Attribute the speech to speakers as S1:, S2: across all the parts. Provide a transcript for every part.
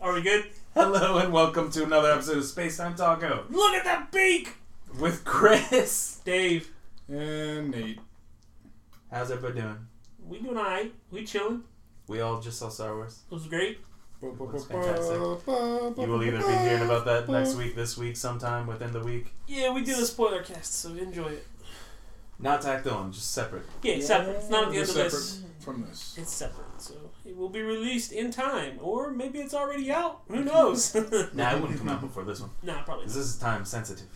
S1: Are we good?
S2: Hello and welcome to another episode of Space Time Taco
S1: Look at that beak!
S2: with Chris
S1: Dave,
S3: And Nate.
S2: How's everybody doing?
S1: we doing alright. We chilling.
S2: We all just saw Star Wars.
S1: It was great.
S2: That's fantastic. You will either be hearing about that next week, this week, sometime within the week.
S1: Yeah, we did a spoiler cast, so enjoy it.
S2: Not tacked on, just separate.
S1: Yeah, it's separate. It's not at the
S3: We're
S1: end of this.
S3: separate from this.
S1: It's separate, so it will be released in time, or maybe it's already out. Who knows?
S2: Nah, it wouldn't come out before this one
S1: nah, probably.
S2: because
S1: Not.
S2: this is time sensitive.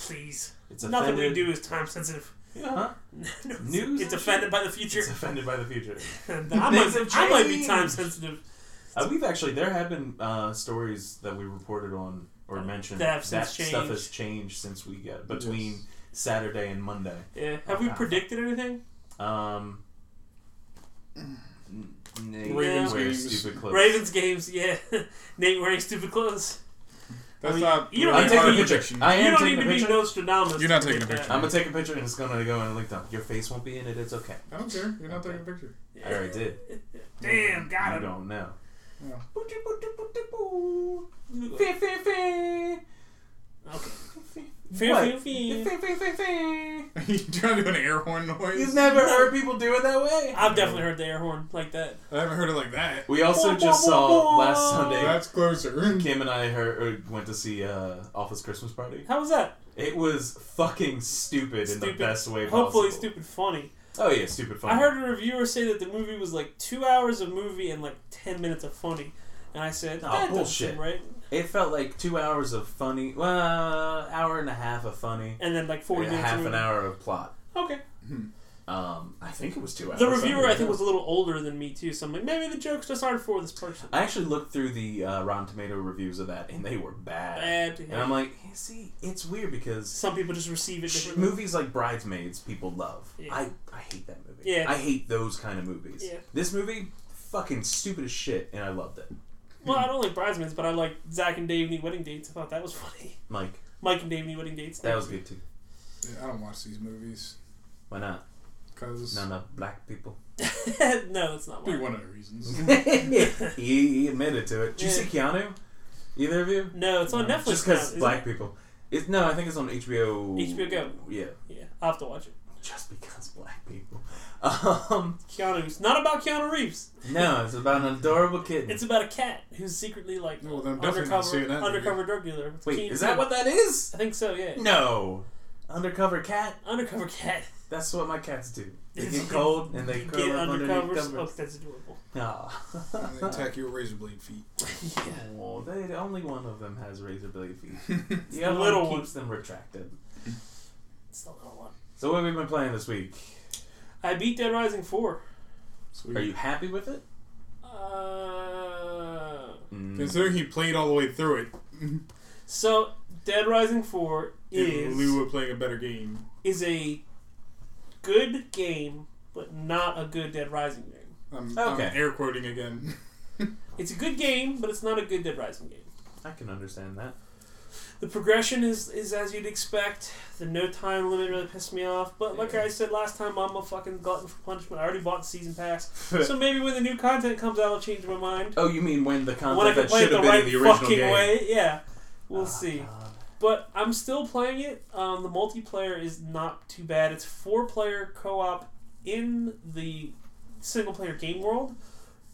S1: Please,
S2: It's
S1: nothing we
S2: offended.
S1: do is time sensitive.
S2: Yeah, huh?
S1: No, it's-
S2: News
S1: It's
S2: and
S1: offended
S2: shit.
S1: by the future.
S2: It's offended by the future.
S1: I, might,
S2: Things have
S1: I might be
S2: changed.
S1: time sensitive.
S2: Uh, we've actually there have been uh, stories that we reported on or mentioned
S1: That have since
S2: stuff has
S1: changed.
S2: changed since we got between Saturday and Monday.
S1: Yeah. Have we
S2: Okay.
S1: predicted anything?
S2: Um, n- Nate
S1: Ravens
S2: wears
S3: games.
S2: stupid clothes.
S1: Ravens games, yeah. Nate wearing stupid clothes. I
S3: That's
S1: mean,
S3: not.
S1: you don't
S2: I'm
S1: need
S2: taking
S1: to
S2: a
S1: be-
S2: picture. I
S1: you
S2: am
S1: don't
S2: taking
S1: need to
S2: a
S1: be
S2: picture.
S1: Nostradamus.
S3: You're not
S1: to
S3: taking a
S1: predict
S3: picture.
S1: that.
S2: I'm gonna take a picture and it's gonna go in LinkedIn. Your face won't be in it. It's okay.
S3: I don't care. You're not taking a picture.
S2: I already did.
S1: Damn,
S2: you
S1: got him.
S2: don't know.
S3: Yeah.
S2: Fee, fee, fee.
S1: Okay.
S2: What?
S1: Fee, fee, fee.
S2: Fee, fee, fee, fee.
S3: Are you trying to do an air horn noise?
S2: You've never heard people do it that way.
S1: I've definitely heard the air horn like that.
S3: I haven't heard it like that.
S2: We also just saw last Sunday.
S3: That's closer.
S2: Kim and I heard, or went to see uh, Office Christmas Party.
S1: How was that?
S2: It was fucking stupid, in the
S1: Stupid.
S2: best way possible.
S1: Hopefully, stupid funny.
S2: Oh yeah, stupid fun.
S1: I heard a reviewer say that the movie was like two hours of movie and like ten minutes of funny, and I said,
S2: Oh,
S1: "That doesn't
S2: bullshit.
S1: seem right?"
S2: It felt like two hours of funny, well, hour and a half of funny,
S1: And then like forty
S2: and
S1: minutes. of
S2: half an
S1: movie.
S2: hour of plot.
S1: Okay.
S2: Um, I think it was two hours.
S1: The reviewer,
S2: don't
S1: I think,
S2: know.
S1: was a little older than me too, so I'm like, maybe the jokes just aren't for this person.
S2: I actually looked through the uh, Rotten Tomato reviews of that, and they were bad.
S1: Bad.
S2: And I'm like, hey, see, it's weird because
S1: Some people just receive it
S2: sh-
S1: differently.
S2: movies like Bridesmaids, people love.
S1: Yeah.
S2: I I hate that movie.
S1: Yeah.
S2: I hate those kind of movies.
S1: Yeah.
S2: This movie, fucking stupid as shit, and I loved it.
S1: Well, I don't like bridesmaids, but I like Zach and Dave need wedding dates. I thought that was funny.
S2: Mike,
S1: Mike and Dave need wedding dates.
S2: that was good too.
S3: Yeah, I don't watch these movies
S2: Why not?
S3: because
S2: None of black people.
S1: no, that's not
S3: be
S1: why.
S3: one of the reasons.
S2: he, he admitted to it. Did you
S1: Yeah.
S2: see Keanu? Either of you?
S1: No, it's on Netflix.
S2: Just
S1: now,
S2: because
S1: isn't
S2: black
S1: it?
S2: people. It's, no, I think it's on HBO.
S1: HBO Go.
S2: Yeah,
S1: Yeah, I will have to watch it.
S2: just because black people. Um,
S1: Keanu. It's not about Keanu Reeves.
S2: no, it's about an adorable kitten.
S1: It's about a cat who's secretly like
S3: Hmm. Well, then I'm definitely not
S1: undercover
S3: seeing that
S1: undercover drug dealer. It's
S2: Wait,
S1: Keen-
S2: is that what that is?
S1: I think so. Yeah.
S2: No, undercover cat.
S1: Undercover cat.
S2: That's what my cats do. They get cold and they
S1: You
S2: curl
S1: get
S2: up underneath
S1: undercovers. Oh,
S2: covers.
S1: that's adorable.
S2: Aw.
S3: And they attack you with razor blade feet.
S1: yeah.
S2: Oh, they, the only one of them has razor blade feet.
S3: I've
S2: The other
S1: little
S2: one
S1: one.
S2: keeps them retracted.
S1: It's the little one.
S2: So what have we been playing this week?
S1: I beat Dead Rising four.
S2: Are you happy with it?
S1: Uh.
S2: Mm.
S3: Considering he played all the way through it,
S1: So Dead Rising four
S3: in
S1: is.
S3: lieu of playing a better game,
S1: is a good game, but not a good Dead Rising game.
S3: I'm,
S2: Okay.
S3: I'm air quoting again.
S1: It's a good game, but it's not a good Dead Rising game.
S2: I can understand that.
S1: The progression is, is as you'd expect. The no time limit really pissed me off. But like
S2: Yeah.
S1: I said last time, I'm a fucking glutton for punishment. I already bought the season pass. so maybe when the new content comes out, I'll change my mind.
S2: Oh, you mean when the content
S1: when I can
S2: that
S1: play it
S2: should
S1: the
S2: have been
S1: right
S2: in the original
S1: fucking
S2: game?
S1: way. Yeah. We'll
S2: Ah,
S1: see.
S2: God.
S1: But I'm still playing it. Um, the multiplayer is not too bad. It's four player co op in the single player game world,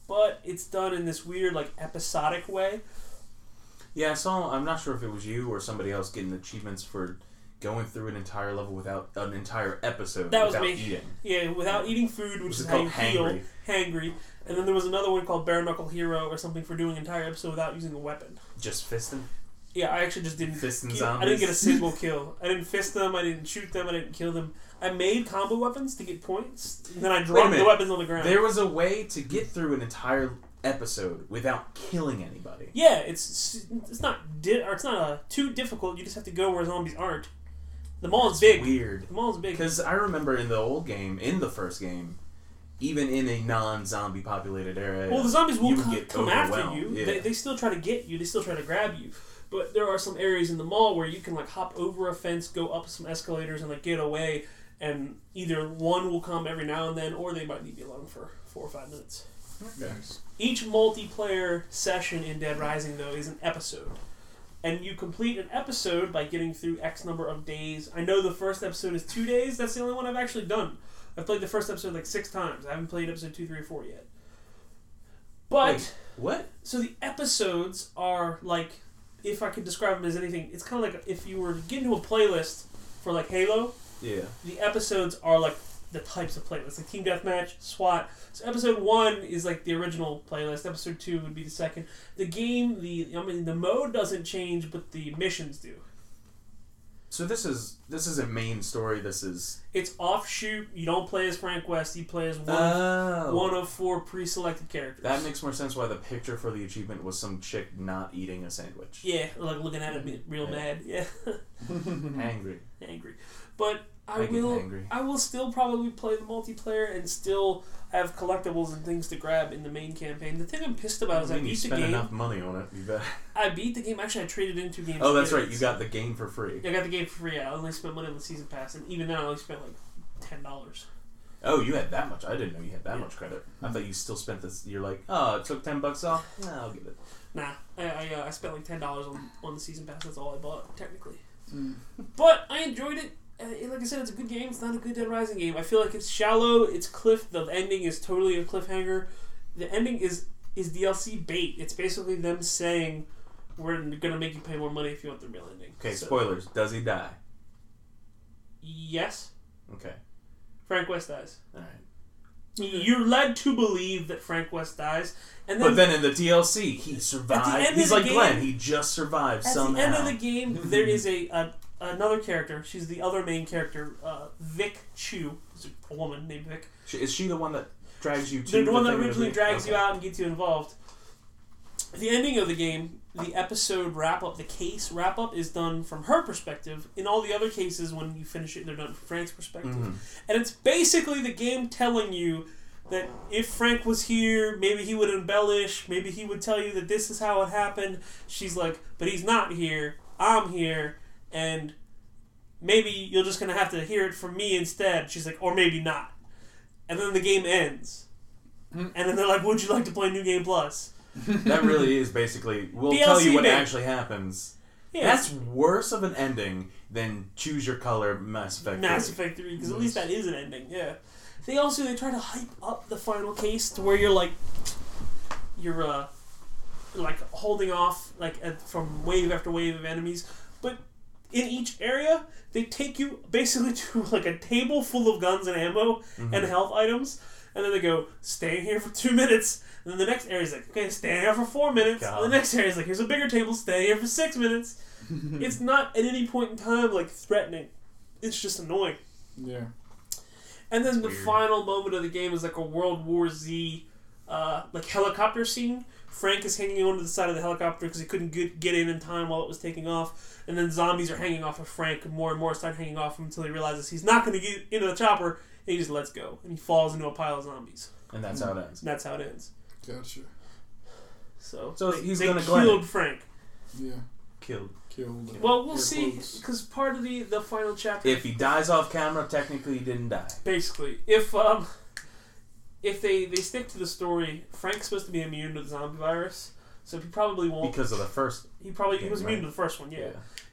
S1: but it's done in this weird, like, episodic way.
S2: Yeah, I saw. I'm not sure if it was you or somebody else getting achievements for going through an entire level without an entire episode
S1: That was
S2: without
S1: me.
S2: eating.
S1: Yeah, without eating food, which
S2: Was
S1: is
S2: it
S1: how you
S2: called
S1: heal.
S2: Hangry?
S1: Hangry. And then there was another one called Bare Knuckle Hero or something for doing an entire episode without using a weapon.
S2: Just fisting,
S1: Yeah, I actually just didn't.
S2: fisting
S1: get-
S2: zombies.
S1: I didn't get a single kill. I didn't fist them. I didn't shoot them. I didn't kill them. I made combo weapons to get points. And then I dropped the
S2: minute.
S1: weapons on the ground.
S2: There was a way to get through an entire episode without killing anybody.
S1: Yeah, it's it's not di- or it's not uh, too difficult. You just have to go where zombies aren't. The mall is big.
S2: Weird.
S1: The mall is big.
S2: Because I remember in the old game, in the first game, even in a non-zombie populated area,
S1: Well, the zombies will
S2: you would
S1: co-
S2: get
S1: come after
S2: overwhelmed.
S1: you.
S2: Yeah.
S1: They, they still try to get you. They still try to grab you. But there are some areas in the mall where you can like hop over a fence, go up some escalators, and like get away. And either one will come every now and then, or they might leave you alone for four or five minutes.
S3: Nice.
S1: Each multiplayer session in Dead Rising, though, is an episode. And you complete an episode by getting through X number of days. I know the first episode is two days. That's the only one I've actually done. I've played the first episode like six times. I haven't played episode two, three, or four yet. But.
S2: Wait, what?
S1: So the episodes are like, if I could describe them as anything, it's kind of like if you were to get into a playlist for like Halo.
S2: Yeah.
S1: The episodes are like the types of playlists, like Team Deathmatch, SWAT. So episode one is like the original playlist. Episode two would be the second. The game, the I mean, the mode doesn't change, but the missions do.
S2: So this is this is a main story. This is
S1: It's offshoot. You don't play as Frank West. You play as one,
S2: oh,
S1: one of four pre-selected characters.
S2: that makes more sense. Why the picture for the achievement was some chick not eating a sandwich,
S1: yeah, like looking at it, real
S2: Yeah.
S1: mad. Yeah.
S2: angry.
S1: angry. But Hmm. I,
S2: I get
S1: will
S2: angry.
S1: I will still probably play the multiplayer and still have collectibles and things to grab in the main campaign. The thing I'm pissed about is I
S2: mean, you
S1: beat Uh, the
S2: spent
S1: game.
S2: enough money on it. You bet.
S1: I beat the game. Actually, I traded in two games.
S2: Oh, that's
S1: for
S2: right. You
S1: this.
S2: got the game for free.
S1: I got the game for free. I only spent money on the season pass, and even then, I only spent like ten dollars.
S2: Oh, you had that much. I didn't know you had that
S1: Yeah. Hmm.
S2: much credit. I thought you still spent this. You're like, oh, it took ten bucks off. Nah, I'll get it.
S1: Nah, I I, uh, I spent like ten dollars on on the season pass. That's all I bought technically. But I enjoyed it. Uh, it- Like I said, it's a good game. It's not a good Dead Rising game. I feel like it's shallow. It's cliff. The ending is totally a cliffhanger. The ending is is DLC bait. It's basically them saying, "We're gonna make you pay more money if you want the real ending."
S2: Okay,
S1: So-
S2: spoilers. Does he die?
S1: Yes,
S2: Okay.
S1: Frank West dies.
S2: All right.
S1: You're led to believe that Frank West dies, and
S2: But
S1: then
S2: then in the DLC, he survived.
S1: end of
S2: He's
S1: the
S2: like
S1: game-
S2: Glenn. He just survived
S1: At
S2: somehow.
S1: the end of the game, there is a, a another character. She's the other main character, uh, Vic Chu. It's a woman named Vic.
S2: Sh- Is she the one that drags you? to
S1: They're the one that
S2: thing in
S1: originally
S2: beginning?
S1: drags you
S2: Okay.
S1: out and gets you involved. The ending of the game, the episode wrap up, the case wrap up is done from her perspective. In all the other cases, when you finish it, they're done from Frank's perspective.
S2: Mhm.
S1: And it's basically the game telling you that if Frank was here, maybe he would embellish, maybe he would tell you that this is how it happened. She's like, but he's not here, I'm here, and maybe you're just gonna have to hear it from me instead. She's like, or maybe not. And then the game ends. And then they're like, would you like to play New Game Plus?
S2: That really is basically. We'll
S1: DLC
S2: tell you what
S1: bait.
S2: actually happens.
S1: Yeah,
S2: That's worse of an ending than choose your color Mass Effect.
S1: Mass
S2: three.
S1: Effect 3, because at least that is an ending, yeah. They also, they try to hype up the final case to where you're like, you're, uh, like holding off, like, at, from wave after wave of enemies. But in each area, they take you basically to, like, a table full of guns and ammo and health items. And then they go, stay here for two minutes. And then the next area's like, okay, stay here for four minutes.
S2: God.
S1: And the next area's like, here's a bigger table, stay here for six minutes. it's not at any point in time, like, threatening. It's just annoying.
S3: Yeah.
S1: And then the
S2: Weird.
S1: final moment of the game is like a World War Z, uh, like helicopter scene. Frank is hanging onto the side of the helicopter because he couldn't get, get in in time while it was taking off. And then zombies are hanging off of Frank, and more and more start hanging off him until he realizes he's not going to get into the chopper, and he just lets go. And he falls into a pile of zombies.
S2: and that's how it ends.
S1: And that's how it ends.
S3: Gotcha.
S1: So,
S2: So
S1: they,
S2: he's
S1: they
S2: gonna Glenn
S1: killed Frank.
S3: Yeah.
S2: Killed.
S3: Killed.
S1: Well, we'll
S3: Air
S1: see,
S3: quotes.
S1: because part of the, the final chapter
S2: If he dies off camera, technically he didn't die.
S1: basically if um if they they stick to the story frank's supposed to be immune to the zombie virus so he probably won't
S2: Because of the first.
S1: he probably he
S2: Yeah,
S1: was immune
S2: right.
S1: to the first one yeah,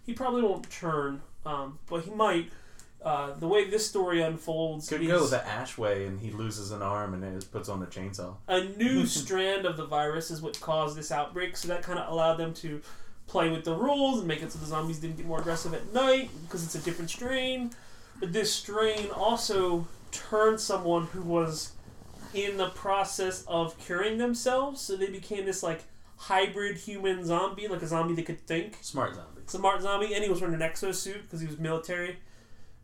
S1: he probably won't turn um but he might uh the way this story unfolds
S2: Could
S1: is
S2: go the Ash way and he loses an arm and it puts on the chainsaw.
S1: a new strand of the virus is what caused this outbreak so that kind of allowed them to play with the rules and make it so the zombies didn't get more aggressive at night because it's a different strain but this strain also turned someone who was in the process of curing themselves so they became this like hybrid human zombie like a zombie that could think
S2: Smart zombie.
S1: it's a Martin Zombie, and he was wearing an exosuit because he was military.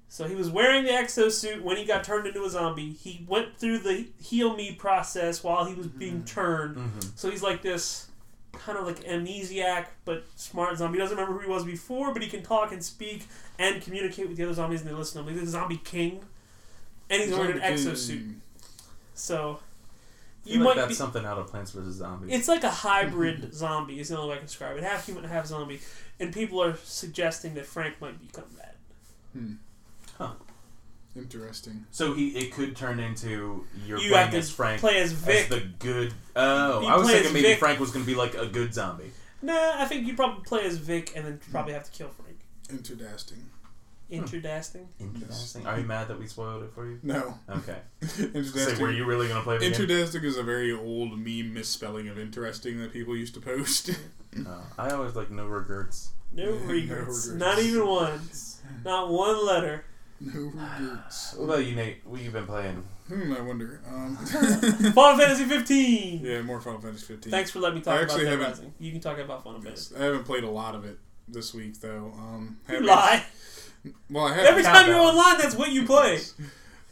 S1: So he was wearing the exosuit when he got turned into a zombie. He went through the heal me process while he was being turned.
S2: Mm-hmm.
S1: So he's like this kind of like amnesiac but smart zombie. He doesn't remember who he was before, but he can talk and speak and communicate with the other zombies and they listen to him. He's a zombie king. And he's wearing an exosuit. So you
S2: like
S1: might
S2: that's
S1: be
S2: something out of Plants vs Zombies.
S1: it's like a hybrid zombie is the only way I can describe it. Half human, half zombie. And people are suggesting that Frank might become that.
S3: Hmm.
S2: Huh.
S3: Interesting.
S2: So he it could turn into you're
S1: you
S2: playing
S1: have to
S2: as Frank
S1: play as Vic.
S2: as the good. Oh,
S1: You
S2: I was
S1: play
S2: thinking
S1: as
S2: maybe
S1: Vic.
S2: Frank was gonna be like a good zombie.
S1: nah, I think you probably play as Vic and then probably have to kill Frank.
S3: Interdasting.
S1: Interdasting.
S2: Interesting. Are you mad that we spoiled it for you?
S3: No.
S2: Okay.
S3: Interdasting.
S2: Say, were you really gonna play the game?
S3: Interdasting is a very old meme misspelling of interesting that people used to post.
S2: No. Oh. I always like no regrets.
S1: No
S3: Yeah, no
S1: regrets.
S3: regrets.
S1: Not even one. Not one letter.
S3: no regrets.
S2: What about you, Nate? What you been playing?
S3: Hmm, I wonder. Um,
S1: Final Fantasy 15.
S3: yeah, more Final Fantasy 15.
S1: Thanks for letting me talk
S3: I
S1: about
S3: actually
S1: that
S3: haven't-
S1: Rising. You can talk about Final Fantasy.
S3: Yes. I haven't played a lot of it this week, though. Um,
S1: You
S3: haven't-
S1: lie.
S3: Well, I have
S1: Every time you're
S2: countdown.
S1: online, that's what you play.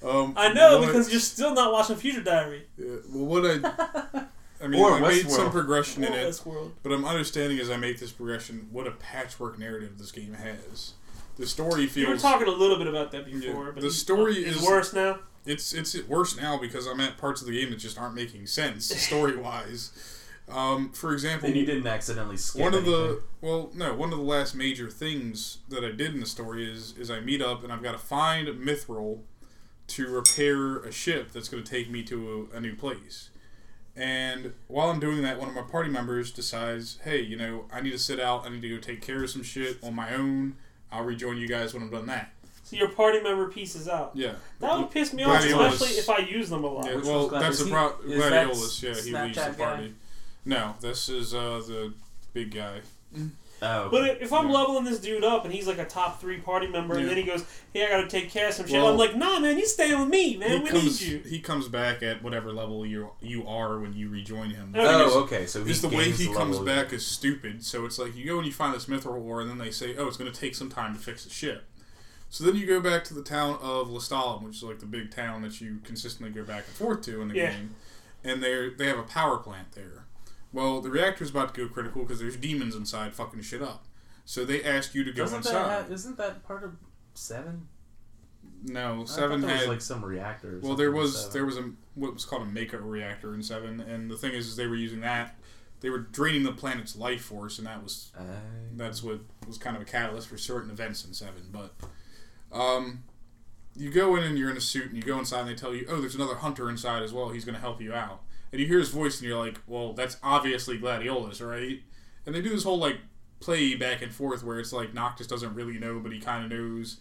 S3: Um,
S1: I know
S3: what-
S1: because you're still not watching Future Diary
S3: Yeah, well, what I, I mean,
S2: Or
S3: I made some
S2: Westworld.
S3: progression
S1: or
S3: in it,
S1: Oh, Westworld.
S3: but I'm understanding as I make this progression what a patchwork narrative this game has. The story
S1: You were
S3: feels
S1: talking a little bit about that
S3: Yeah.
S1: before, but
S3: The
S1: it's-
S3: story
S1: it's
S3: is-
S1: worse now.
S3: it's it's worse now because I'm at parts of the game that just aren't making sense story wise. Um, for example,
S2: And you didn't accidentally skip
S3: one of
S2: anything.
S3: the well, no, one of the last major things that I did in the story is is I meet up and I've got to find Mithril to repair a ship that's going to take me to a, a new place. And while I'm doing that, one of my party members decides, hey, you know, I need to sit out. I need to go take care of some shit on my own. I'll rejoin you guys when I'm done that.
S1: So your party member pieces out.
S3: Yeah.
S1: That would piss me off,
S3: Gladiolus.
S1: especially if I use them a lot.
S3: Yeah,
S2: Which
S3: well,
S2: one's Glad-
S3: that's
S2: is
S3: the
S2: he- is
S3: problem.
S2: that
S3: Gladiolus, yeah, he leaves the
S2: Snapchat guy?
S3: party. No, this is uh, the big guy.
S2: Oh, okay.
S1: But i- if I'm
S3: Yeah.
S1: leveling this dude up and he's like a top three party member,
S3: Yeah.
S1: and then he goes, "Hey, I gotta take care of some shit,"
S3: Well-
S1: I'm like, "Nah, man, you stay with me, man.
S3: he
S1: we need
S3: comes,
S1: you."
S3: He comes back at whatever level you you are when you rejoin him.
S1: Oh,
S2: oh, okay. So
S3: Just the way
S2: gains
S3: he comes
S2: level.
S3: back is stupid. So it's like you go and you find this mithril ore, and then they say, "Oh, it's going to take some time to fix the ship." So then you go back to the town of Lestalem, which is like the big town that you consistently go back and forth to in the
S1: Yeah.
S3: game, and they they have a power plant there. Well, the reactor's about to go critical because there's demons inside fucking shit up. So they ask you to go
S2: Doesn't that
S3: inside.
S2: ha- isn't that part of seven?
S3: no,
S2: I
S3: seven
S2: thought there
S3: had
S2: was like some reactor. or
S3: Well,
S2: something
S3: there
S2: in
S3: was
S2: seven.
S3: there was a what was called a maker reactor in seven, and the thing is, is they were using that. They were draining the planet's life force, and that was
S2: I-
S3: that's what was kind of a catalyst for certain events in seven. But um, you go in and you're in a suit, and you go inside, and they tell you, oh, there's another hunter inside as well. He's going to help you out. And you hear his voice, and you're like, well, that's obviously Gladiolus, right? And they do this whole like play back and forth where it's like Noctis doesn't really know, but he kind of knows.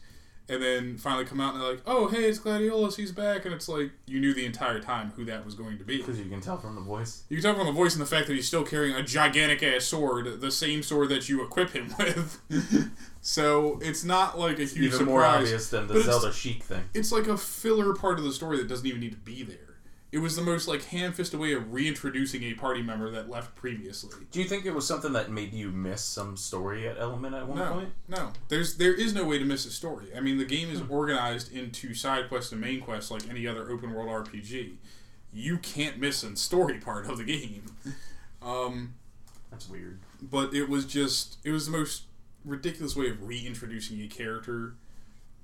S3: And then finally come out and they're like, oh, hey, it's Gladiolus, he's back. And it's like, you knew the entire time who that was going to be.
S2: Because you can tell from the voice.
S3: You can tell from the voice and the fact that he's still carrying a gigantic ass sword, the same sword that you equip him with. so it's not like a huge
S2: Even
S3: surprise.
S2: more obvious than
S3: But
S2: the
S3: it's-
S2: Zelda chic thing.
S3: It's like a filler part of the story that doesn't even need to be there. It was the most like ham-fisted way of reintroducing a party member that left previously.
S2: Do you think it was something that made you miss some story element at one
S3: no,
S2: point? Hmm.
S3: no. There's there is no way to miss a story. I mean, the game is organized into side quests and main quests like any other open world RPG. You can't miss a story part of the game. Um,
S2: That's weird.
S3: but it was just it was the most ridiculous way of reintroducing a character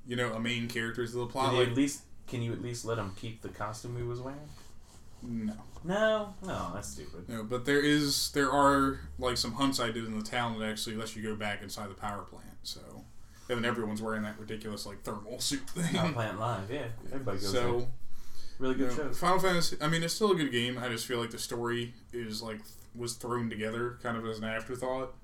S3: you know a main character to the
S2: Did
S3: plot
S2: you
S3: like
S2: at least can you at least let him keep the costume he was wearing?
S3: no
S2: No, no, that's stupid.
S3: no but there is there are like some hunts i did in the town that actually lets you go back inside the power plant so and then everyone's wearing that ridiculous like thermal suit
S2: Power
S3: thing
S2: Plant Live, yeah, everybody goes there.
S3: so
S2: Really
S3: you
S2: good
S3: know,
S2: shows.
S3: final fantasy i mean it's still a good game i just feel like the story is like th- was thrown together kind of as an afterthought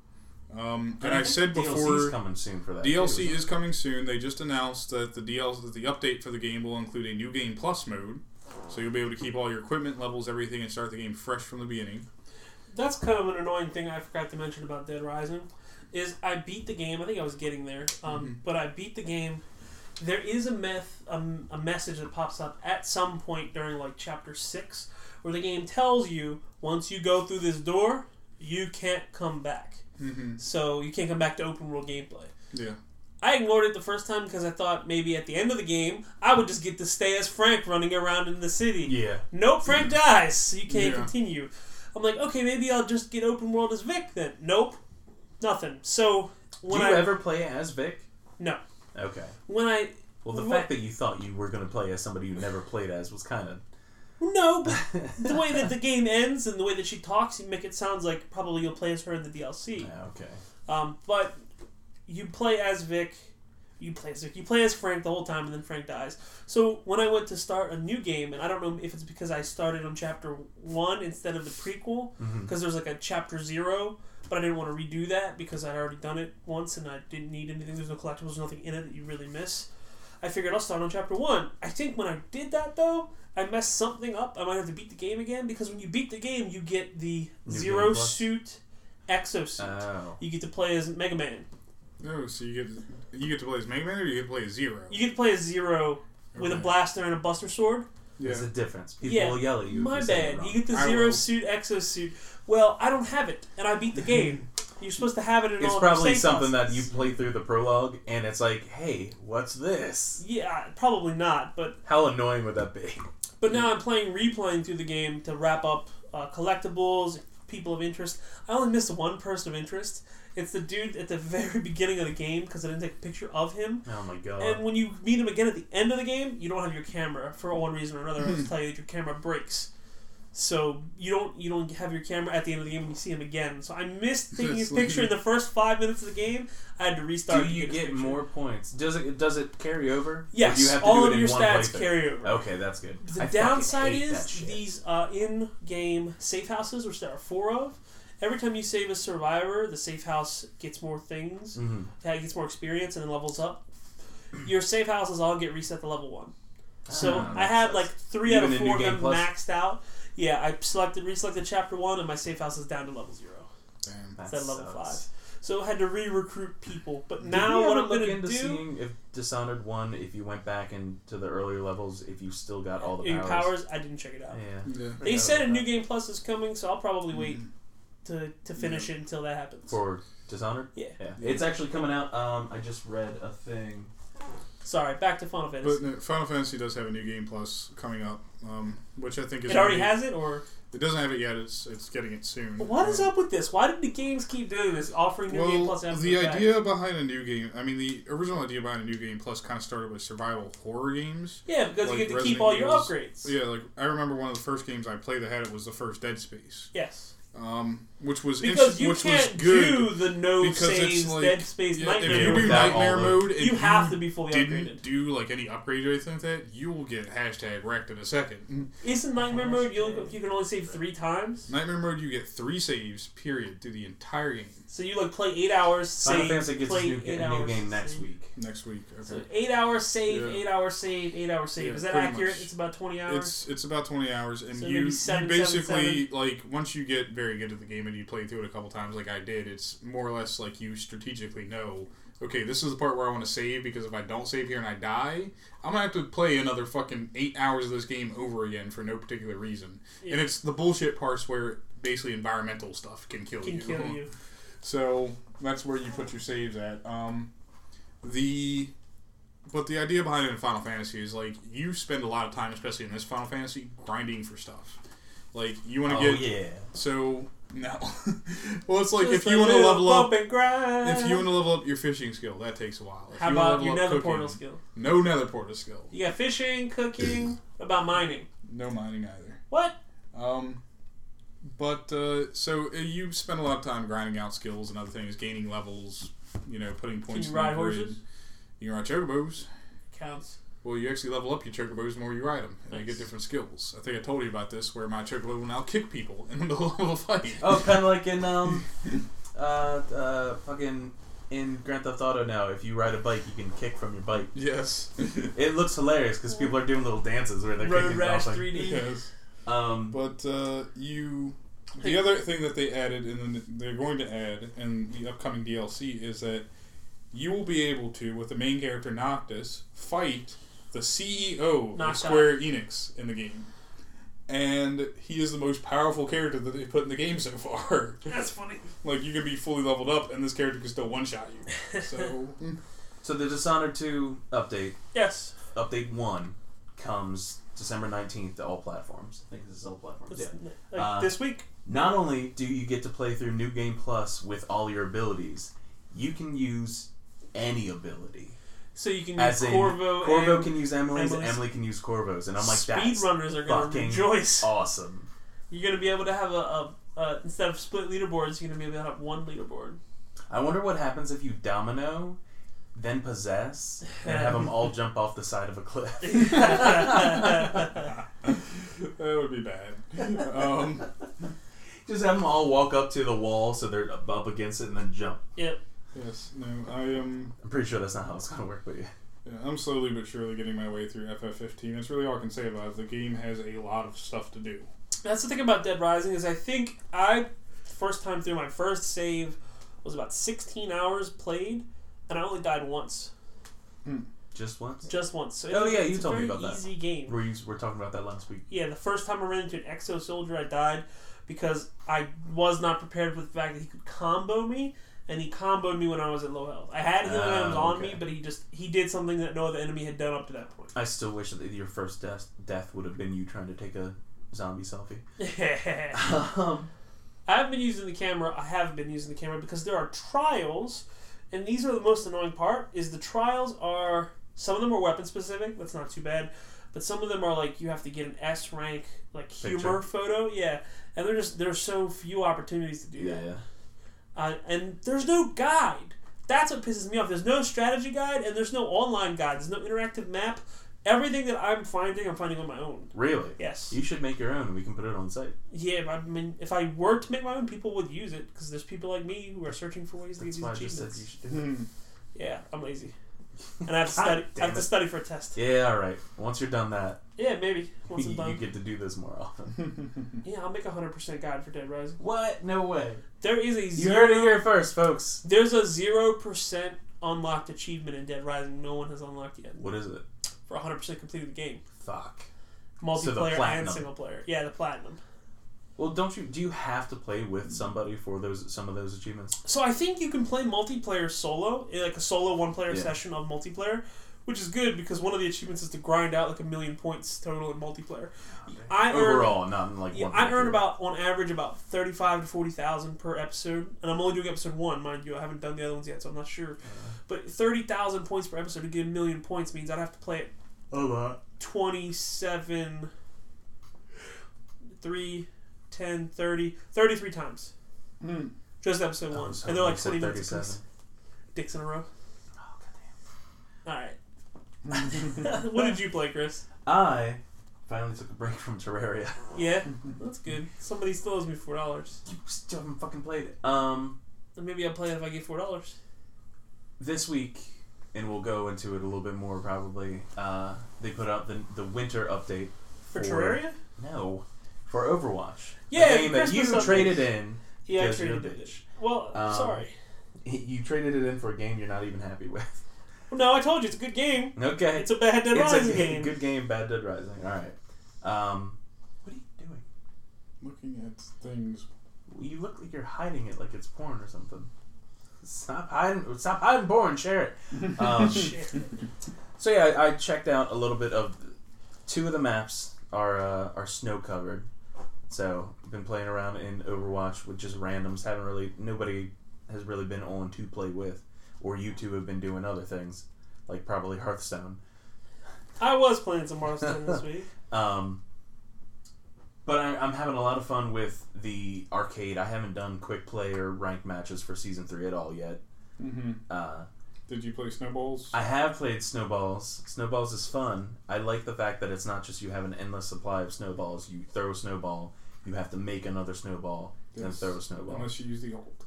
S3: um, and I
S2: think
S3: said
S2: DLC's
S3: before
S2: coming soon for that.
S3: DLC
S2: too.
S3: is coming soon. They just announced that the DLC, that the update for the game will include a new game plus mode, so you'll be able to keep all your equipment levels, everything, and start the game fresh from the beginning.
S1: That's kind of an annoying thing I forgot to mention about Dead Rising. Is I beat the game. I think I was getting there, um, but I beat the game. There is a myth, a, a message that pops up at some point during like chapter six, where the game tells you once you go through this door, you can't come back.
S3: Mm-hmm.
S1: So you can't come back to open world gameplay.
S3: Yeah.
S1: I ignored it the first time because I thought maybe at the end of the game I would just get to stay as Frank running around in the city.
S2: Yeah.
S1: Nope, Frank dies. so You can't
S3: Yeah.
S1: continue. I'm like, okay, maybe I'll just get open world as Vic then. Nope, nothing. So when
S2: Do
S1: I
S2: you ever play as Vic?
S1: No.
S2: Okay.
S1: when I
S2: Well, the
S1: What-
S2: fact that you thought you were going to play as somebody you never played as was kind of
S1: no, but the way that the game ends and the way that she talks, you make it sounds like probably you'll play as her in the DLC.
S2: Yeah, okay.
S1: Um, but you play as Vic. you play as Vic, you play as Frank the whole time, and then Frank dies. So when I went to start a new game, and I don't know if it's because I started on chapter one instead of the prequel,
S2: Mhm.
S1: because there's like a chapter zero, but I didn't want to redo that because I'd already done it once and I didn't need anything. There's no collectibles, nothing in it that you really miss. I figured I'll start on chapter one. I think when I did that though, I messed something up. I might have to beat the game again because when you beat the game, you get the
S2: New
S1: zero
S2: game plus?
S1: suit exosuit.
S2: Oh.
S1: you get to play as Mega Man.
S3: No, Oh, so you get you get to play as Mega Man or you get to play as Zero.
S1: You get to play as Zero with a
S3: Okay.
S1: blaster and a Buster Sword.
S3: Yeah.
S2: There's a difference. People
S1: Yeah.
S2: will yell at you. if
S1: My
S2: you say it
S1: bad.
S2: wrong.
S1: You get the
S3: I
S1: Zero
S3: will.
S1: suit exosuit. Well, I don't have it, and I beat the game. You're supposed to have it in all
S2: it's
S1: of
S2: probably
S1: your save
S2: something that you
S1: constants.
S2: play through the prologue and it's like, hey, what's this?
S1: Yeah, probably not, but
S2: How annoying would that be?
S1: But now I'm playing, replaying through the game to wrap up uh, collectibles, people of interest. I only missed one person of interest. It's the dude at the very beginning of the game because I didn't take a picture of him.
S2: Oh my god.
S1: And when you meet him again at the end of the game, you don't have your camera for one reason or another.
S2: Hmm.
S1: I'll tell you that your camera breaks, so you don't you don't have your camera at the end of the game when you see him again. So I missed taking his
S3: It's like-
S1: picture in the first five minutes of the game. I had to restart.
S2: do
S1: to
S2: you
S1: his
S2: get
S1: picture.
S2: more points? Does it does it carry over? Or
S1: Yes,
S2: do you have to
S1: all
S2: do it
S1: of
S2: in
S1: your
S2: one
S1: stats
S2: playthrough?
S1: carry over.
S2: Okay, that's good.
S1: The
S2: I fucking
S1: downside
S2: hate that
S1: is
S2: shit.
S1: these uh, in-game safe houses, which there are four of. Every time you save a survivor, the safe house gets more things.
S2: Mhm.
S1: Yeah, It gets more experience and it levels up. Your safe houses all get reset to level one. So
S2: Ah,
S1: I
S2: that
S1: had
S2: sucks.
S1: like three out
S2: Even
S1: of
S2: in
S1: four of
S2: New Game
S1: them
S2: Plus?
S1: maxed out. Yeah, I selected reselected chapter one, and my safe house is down to level zero.
S3: Damn.
S2: That
S1: It's at level
S2: sucks.
S1: So I had to re-recruit people. But
S2: Did we
S1: now what
S2: ever
S1: I'm
S2: look
S1: gonna
S2: into
S1: do?
S2: seeing if Dishonored one, if you went back into the earlier levels, if you still got all the
S1: in
S2: powers.
S1: powers, I didn't check it out.
S2: Yeah.
S3: Yeah.
S1: They
S2: Yeah,
S1: said a
S2: about
S1: new
S2: that.
S1: game plus is coming, so I'll probably wait
S3: Mhm.
S1: to, to finish it until that happens.
S2: For Dishonored?
S1: Yeah.
S2: Yeah. It's actually coming out. Um, I just read a thing.
S1: Sorry, back to Final Fantasy.
S3: But no, Final Fantasy does have a new game plus coming up, um, which I think is
S1: it already
S3: gonna be-
S1: has it, or
S3: It doesn't have it yet. It's it's getting it soon.
S1: But what is
S3: Um,
S1: up with this? Why did the games keep doing this, offering new game
S3: Well,
S1: plus after
S3: the
S1: fact?
S3: idea behind a new game, I mean, the original idea behind a new game plus kind of started with survival horror games.
S1: Yeah, because
S3: like
S1: you get to
S3: Resident
S1: keep all your
S3: Evils.
S1: upgrades.
S3: Yeah, like I remember one of the first games I played that had it was the first Dead Space,
S1: Yes,
S3: um, which was
S1: because
S3: interest-
S1: you
S3: which
S1: can't
S3: was good.
S1: do the no
S3: because it's
S1: saves
S3: like-
S1: Dead Space
S3: Yeah,
S1: Nightmare.
S3: if you do
S2: Without
S3: nightmare
S2: all the-
S3: mode, if
S1: you have to be fully
S3: didn't
S1: upgraded.
S3: do like any upgrade or anything like that, you will get hashtag wrecked in a second. Mm-hmm.
S1: Isn't Nightmare mode you you can only save three times?
S3: Nightmare mode, you get three saves period through the entire game
S1: So you like play eight hours, save,
S2: Final Fantasy gets a
S1: play
S2: new,
S1: eight
S2: a new
S1: hours,
S2: game next
S1: save.
S2: week.
S3: next week.
S1: So
S3: Okay.
S1: eight hour save,
S3: Yeah.
S1: eight hour save, eight hour save.
S3: Yeah,
S1: Is that
S3: pretty
S1: accurate?
S3: much.
S1: It's about twenty hours.
S3: It's it's about twenty hours, and
S1: So maybe
S3: you
S1: seven,
S3: you
S1: seven,
S3: basically like once you get very good at the game and you play through it a couple times, like I did. It's more or less like you strategically know. Okay, this is the part where I want to save because if I don't save here and I die, I'm gonna have to play another fucking eight hours of this game over again for no particular reason.
S1: Yeah.
S3: And it's the bullshit parts where basically environmental stuff can kill
S1: can
S3: you.
S1: kill you.
S3: So that's where you put your saves at. Um, the but the idea behind it in Final Fantasy is like you spend a lot of time, especially in this Final Fantasy, grinding for stuff. Like you want to
S2: Oh
S3: get
S2: yeah.
S3: so no. well, it's like
S1: Just
S3: if
S1: a
S3: you want to
S1: little
S3: level up,
S1: bump and grind.
S3: if you want to level up your fishing skill, that takes a while. If
S1: How
S3: you wanna
S1: about
S3: level
S1: your
S3: up
S1: nether
S3: cooking,
S1: portal skill?
S3: No nether portal skill.
S1: You got fishing, cooking, about mining.
S3: No mining either.
S1: What?
S3: Um, but uh, so uh, you spend a lot of time grinding out skills and other things, gaining levels. You know, putting points.
S1: you
S3: in the
S1: ride
S3: grid.
S1: horses?
S3: You can ride chocobos.
S1: Counts.
S3: Well, you actually level up your chocobos the more you ride them, and you
S1: Nice.
S3: get different skills. I think I told you about this, where my chocobo will now kick people in the middle of a fight.
S2: Oh, kind of like in um, uh, uh, fucking in Grand Theft Auto now. If you ride a bike, you can kick from your bike.
S3: Yes.
S2: It looks hilarious because people are doing little dances where they're
S1: Road
S2: kicking
S1: Rash
S2: off. like-
S1: 3D.
S3: yes.
S2: Um,
S3: But uh, you, the other thing that they added, and then they're going to add in the upcoming DLC, is that you will be able to, with the main character Noctis, fight the CEO of
S1: Noctis.
S3: Square Enix in the game. And he is the most powerful character that they put in the game so far.
S1: That's funny.
S3: like you can be fully leveled up, and this character can still one shot you. So
S2: so the Dishonored two update,
S1: Yes.
S2: update one, comes December nineteenth to all platforms. I think this is all platforms.
S1: That's-
S2: Yeah.
S1: Like
S2: Uh,
S1: this week.
S2: Not only do you get to play through New Game Plus with all your abilities, you can use any ability.
S1: So you can use
S2: As in,
S1: Corvo.
S2: Corvo
S1: and
S2: can use Emily's,
S1: Emily's.
S2: Emily can use Corvo's, and I'm like, that's
S1: speedrunners are going to
S2: fucking
S1: rejoice.
S2: awesome.
S1: You're going to be able to have a, a, a instead of split leaderboards, you're going to be able to have one leaderboard.
S2: I wonder what happens if you domino then possess, and have them all jump off the side of a cliff.
S1: yeah,
S3: That would be bad. Um,
S2: Just have them all walk up to the wall so they're up up against it and then jump.
S3: yes, no, I um, am.
S2: I'm pretty sure that's not how it's gonna work, but yeah.
S3: Yeah, I'm slowly but surely getting my way through FF15. That's really all I can say about it. The game has a lot of stuff to do.
S1: that's the thing about Dead Rising is I think I first time through my first save was about 16 hours played, and I only died once,
S2: Just once.
S1: just once. So
S2: Oh,
S1: it's-
S2: yeah,
S1: it's
S2: you
S1: a
S2: told me
S1: very
S2: about that.
S1: Easy game.
S2: We were- were talking about that last week.
S1: Yeah, the first time I ran into an exo soldier, I died because I was not prepared with the fact that he could combo me, and he comboed me when I was at low health. I had healing
S2: Ah,
S1: items on
S2: okay.
S1: me, but he just he did something that no other enemy had done up to that
S2: I still wish that your first death death would have been you trying to take a zombie selfie.
S1: point.
S2: Um,
S1: I've been using the camera. I have been using the camera because there are trials, and these are the most annoying part. Is the trials are some of them are weapon specific. That's not too bad, but some of them are like you have to get an S rank like humor
S2: Picture.
S1: photo. Yeah, and there's just there's so few opportunities to do that.
S2: yeah.
S1: Uh, and there's no guide. That's what pisses me off. There's no strategy guide, and there's no online guide. There's no interactive map. Everything that I'm finding, I'm finding on my own.
S2: Really?
S1: Yes.
S2: You should make your own. We can put it on site.
S1: Yeah, but I mean, if I were to make my own, people would use it because there's people like me who are searching for ways to get
S2: That's
S1: these
S2: why I just said
S1: achievements.
S2: you should do it.
S3: Hmm.
S1: Yeah, I'm lazy, and I have to
S2: God
S1: study. I
S2: damn
S1: have to
S2: it.
S1: study for a test.
S2: Yeah, all right. Once you're done that,
S1: Yeah, maybe once I'm
S2: you, you
S1: done.
S2: get to do this more often.
S1: Yeah, I'll make a hundred percent guide for Dead Rising.
S2: What? No way.
S1: There is a
S2: You heard it
S1: zero.
S2: here first, folks.
S1: There's a zero percent unlocked achievement in Dead Rising. No one has unlocked yet
S2: What is it?
S1: for hundred percent completing the game,
S2: Fuck. the
S1: multiplayer and
S2: platinum.
S1: single player. Yeah, the platinum.
S2: Well, don't you? Do you have to play with somebody for those some of those achievements?
S1: So I think you can play multiplayer solo, eh, like a solo one player
S2: Yeah.
S1: session of multiplayer, which is good because one of the achievements is to grind out like a million points total in multiplayer. I earn,
S2: Overall, not in like
S1: yeah,
S2: one.
S1: I earn
S2: particular-
S1: about on average about thirty five to forty thousand per episode, and I'm only doing episode one, mind you. I haven't done the other ones yet, so I'm not sure.
S2: Uh-huh.
S1: But thirty thousand points per episode to get a million points means I'd have to play it
S2: a lot.
S1: 27 3 10 30 33 times
S3: Hmm.
S1: just episode
S2: I
S1: one
S2: was
S1: and they're like
S2: hoping
S1: 20
S2: for
S1: minutes apiece. dicks in a row
S2: Oh, goddamn.
S1: alright what did you play Chris
S2: I finally took a break from Terraria.
S1: yeah that's good somebody still owes me four dollars
S2: You still haven't fucking played it. Um,
S1: maybe I'll play it if I get four dollars
S2: this week, and we'll go into it a little bit more probably. Uh, they put out the the winter update
S1: for Terraria
S2: No, for Overwatch.
S1: Yeah,
S2: the game that you
S1: Christmas update.
S2: traded in.
S1: yeah I
S2: because you're a
S1: traded it
S2: bitch.
S1: well
S2: Um,
S1: sorry
S2: You traded it in for a game you're not even happy with.
S1: well, no I told you it's a good game
S2: Okay,
S1: it's a bad Dead
S2: It's a
S1: Rising
S2: good-
S1: game
S2: Good game, bad Dead Rising. All right. Um, what are you doing?
S3: Looking at things.
S2: You look like you're hiding it, like it's porn or something. Stop hiding! Stop hiding porn. Share it. Um,
S1: Shit.
S2: So yeah, I, I checked out a little bit of two of the maps are uh, are snow covered. So I've been playing around in Overwatch with just randoms. Haven't really nobody has really been on to play with, or you two have been doing other things, like probably Hearthstone.
S1: I was playing some Hearthstone this week
S2: Um, but I, I'm having a lot of fun with the arcade. I haven't done quick play or ranked matches for season three at all yet.
S3: hmm
S2: Uh,
S3: Did you play snowballs?
S2: I have played snowballs. Snowballs is fun. I like the fact that it's not just you have an endless supply of snowballs. You throw a snowball, you have to make another snowball, then
S3: Yes.
S2: throw a snowball.
S3: Unless you use the alt.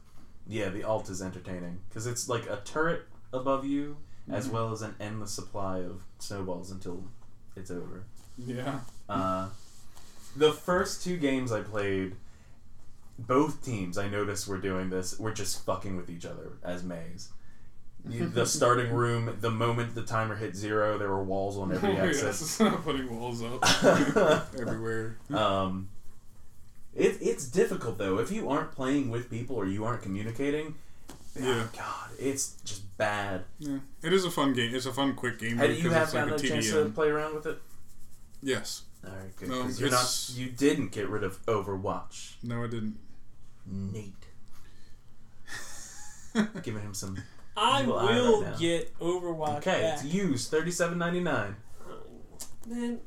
S2: Yeah, the alt is entertaining because it's like a turret above you, as
S3: Mhm.
S2: well as an endless supply of snowballs until it's over.
S3: Yeah.
S2: Uh, the first two games I played, both teams I noticed were doing this. Were just fucking with each other as maze. You- the starting room, the moment the timer hit zero, there were walls on every
S3: yes,
S2: axis.
S3: Oh, it's not putting walls up everywhere.
S2: um, it, it's difficult though if you aren't playing with people or you aren't communicating.
S3: Yeah.
S2: God, it's just bad.
S3: Yeah. It is a fun game. It's a fun, quick game
S2: Had
S3: because
S2: you have
S3: it's like
S2: had
S3: a
S2: a chance to
S3: TDM.
S2: play around with it?
S3: Yes.
S2: All right, good.
S3: No,
S2: 'cause you're not.
S3: it's-
S2: You didn't get rid of Overwatch,
S3: No, I didn't.
S2: Nate. Giving him some
S1: I
S2: You lie right
S1: will
S2: now.
S1: get Overwatch
S2: Okay,
S1: back
S2: it's used thirty seven ninety nine.
S1: man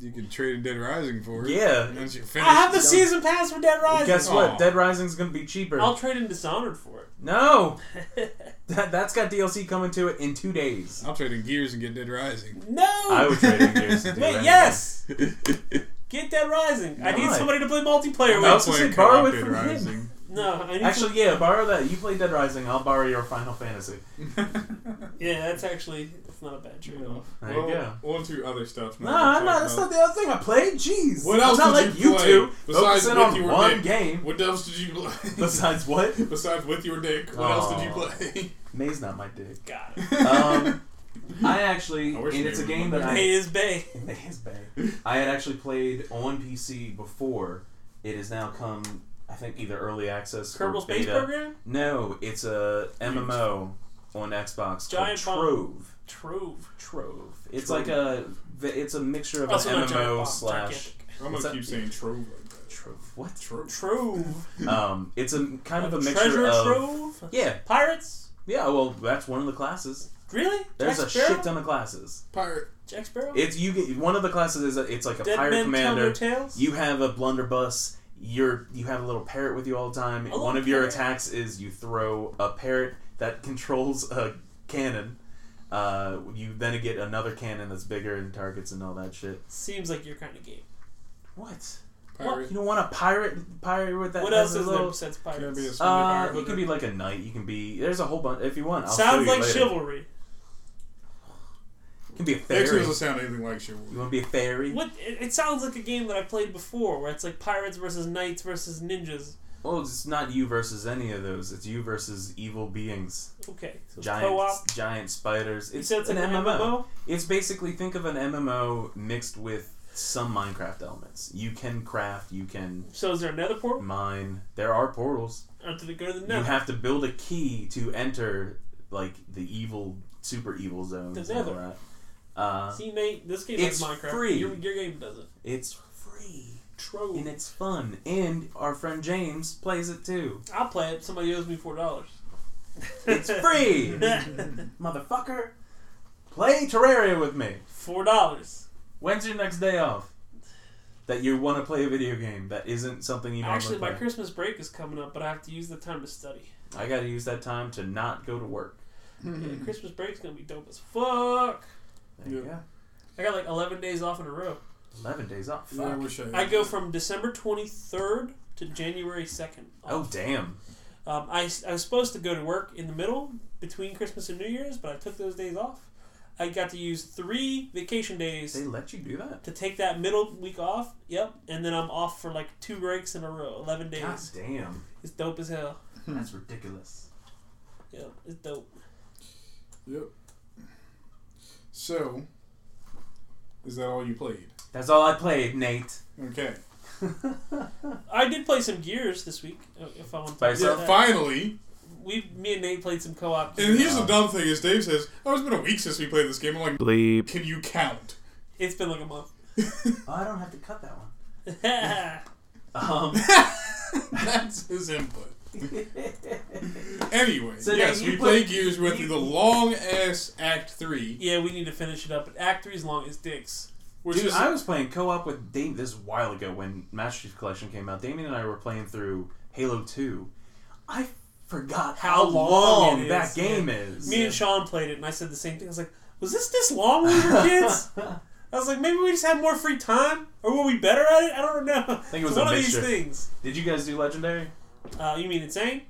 S3: You can trade in Dead Rising for it.
S2: Yeah.
S3: Once you finish.
S1: I have the
S2: Don't-
S1: season pass for Dead Rising.
S2: Guess what?
S3: Aw.
S2: Dead Rising's gonna be cheaper.
S1: I'll trade in Dishonored for
S2: no,
S1: it.
S2: That that's got DLC coming to it in two days.
S3: I'll trade in Gears and get Dead Rising.
S1: No.
S2: I would trade in Gears. to do
S1: Wait,
S2: anything.
S1: yes. Get Dead Rising. I need
S2: Why?
S1: somebody to play multiplayer
S2: I
S1: with.
S2: was gonna
S3: playing
S2: say, borrow
S3: co-op
S2: it
S3: Dead
S2: from him.
S3: Rising.
S1: No, I need
S2: Actually, yeah. Borrow that. You play Dead Rising. I'll borrow your Final Fantasy.
S1: some- yeah, that's actually that's not a bad trade off.
S2: There you go.
S3: go. On to other stuff. now
S2: No,
S3: that
S2: I'm
S3: we've
S2: not.
S3: talked
S2: That's
S3: about-
S2: not the other thing I played. Jeez.
S3: What
S2: It's
S3: else
S2: not
S3: did
S2: like
S3: you
S2: you
S3: play
S2: two
S3: besides
S2: focusing
S3: what
S2: on
S3: you were
S2: one
S3: made?
S2: game.
S3: What else did you play?
S2: Besides what?
S3: Besides with your dick, what else did you
S2: Aw.
S3: play?
S2: May's not my dick.
S1: Got it.
S2: Um, I actually,
S3: I wish
S2: and
S3: May
S2: it's a
S3: would
S2: game that
S3: remember.
S1: Bay
S2: I,
S1: is Bay.
S2: May is bad. I had actually played on PC before. It has now come, I think, either early access. or
S1: Kerbal Space
S2: beta.
S1: Program.
S2: No, it's a MMO on Xbox
S1: Giant
S2: called
S1: bomb.
S2: Trove.
S1: Trove.
S2: Trove. It's like a, it's a mixture of
S1: Also
S2: an
S1: known as Giant
S2: MMO
S1: Bomb,
S2: slash
S3: I'm
S2: What's
S3: gonna
S2: that?
S3: keep saying trove like that.
S2: Trove. What?
S3: Trove.
S1: Trove.
S2: Um, it's a kind of a mixture
S1: Treasure
S2: of
S1: Trove.
S2: yeah,
S1: Pirates.
S2: yeah. Well, that's one of the classes.
S1: Really?
S2: There's
S1: Jack
S2: a
S1: Sparrow?
S2: shit ton of classes.
S3: Pirate.
S1: Jack Sparrow.
S2: It's you get one of the classes is a, it's like a
S1: Dead
S2: pirate
S1: men
S2: commander.
S1: tell no tales.
S2: You have a blunderbuss. You're you have a little parrot with you all the time.
S1: little
S2: One of your
S1: parrot.
S2: attacks is you throw a parrot that controls a cannon. Uh, you then get another cannon that's bigger and targets and all that shit.
S1: Seems like your kind of game.
S2: What?
S3: Pirate.
S2: You don't want a pirate pirate with that?
S1: What else
S2: has a
S1: is there
S2: little,
S1: besides
S3: Can I be a
S1: pirates?
S3: swinging
S2: Uh,
S3: pirate
S2: you
S3: with
S2: can
S3: it?
S2: be like a knight. You can be. There's a whole bunch. If you want, I'll show
S1: Sounds
S2: you
S1: like
S2: later.
S1: chivalry.
S2: You can be a
S3: Actually,
S2: fairy.
S3: doesn't sound anything like
S2: You
S3: chivalry.
S2: want to be a fairy?
S1: What? It, it sounds like a game that I played before, where it's like pirates versus knights versus ninjas.
S2: Well, it's not you versus any of those. It's you versus evil beings,
S1: Okay, so it's
S2: giant,
S1: co-op.
S2: giant spiders.
S1: You
S2: It's,
S1: said it's
S2: an, MMO.
S1: MMO.
S2: It's basically think of an MMO mixed with some Minecraft elements. You can craft. You can
S1: So is there another portal?
S2: mine. There are portals.
S1: Or did it go to the
S2: You
S1: nether?
S2: have to build a key to enter like the evil, super evil zones.
S1: The
S2: and all
S1: Nether.
S2: that. Uh,
S1: See, Nate, this game
S2: It's
S1: is Minecraft.
S2: free.
S1: Your, your game doesn't.
S2: it's free.
S1: True.
S2: and it's fun. And our friend James plays it too.
S1: I'll play it. Somebody owes me four dollars.
S2: It's free, motherfucker. Play Terraria with me.
S1: four dollars.
S2: When's your next day off? That you want to play a video game that isn't something you normally
S1: Actually, my
S2: play.
S1: Christmas break is coming up, but I have to use the time to study.
S2: I got to use that time to not go to work.
S1: Yeah, Christmas break's gonna be dope as fuck.
S2: There you
S3: Yeah.
S2: go.
S1: I got like eleven days off in a row.
S2: Eleven days off.
S3: Yeah, I
S2: Fuck.
S3: wish I. Had
S1: I
S2: Mm-hmm.
S1: go from December twenty third to January second.
S2: Oh damn.
S1: Um, I, I was supposed to go to work in the middle between Christmas and New Year's, but I took those days off. I got to use three vacation days
S2: They let you do that.
S1: to take that middle week off. Yep, and then I'm off for like two breaks in a row, eleven days.
S2: God damn.
S1: It's dope as hell.
S2: That's ridiculous.
S1: Yep, it's dope.
S3: Yep. So, is that all you played?
S2: That's all I played, Nate.
S3: Okay.
S1: I did play some Gears this week. uh, If I want to
S2: By
S1: talk about
S2: yourself?
S1: that.
S3: Finally,
S1: we, me and Nate played some co-op.
S3: and
S1: Gears.
S3: here's the dumb thing: is Dave says, "Oh, it's been a week since we played this game." I'm like,
S2: Bleep.
S3: "Can you count?"
S1: It's been like a month.
S2: Oh, I don't have to cut that one.
S1: I
S2: Um,
S3: That's his input. Anyway,
S2: So
S3: yes,
S2: now you
S3: we
S2: play-
S3: played Gears. Went
S2: you-
S3: through the long ass Act Three,
S1: yeah, we need to finish it up. But Act Three's long as dicks.
S3: which
S2: Dude,
S3: is
S2: I was playing co-op with Damien. This is a while ago when Master Chief Collection came out. Damien and I were playing through Halo Two. I forgot
S1: How
S2: how,
S1: long
S2: long,
S1: it
S2: that
S1: is,
S2: game
S1: yeah.
S2: is.
S1: Me and Sean played it, and I said the same thing. I was like, "Was this this long when we were kids?" I was like, "Maybe we just had more free time, or were we better at it? I don't know." I
S2: think it was
S1: one
S2: a
S1: of
S2: mixture.
S1: these things.
S2: Did you guys do Legendary?
S1: Uh, you mean insane?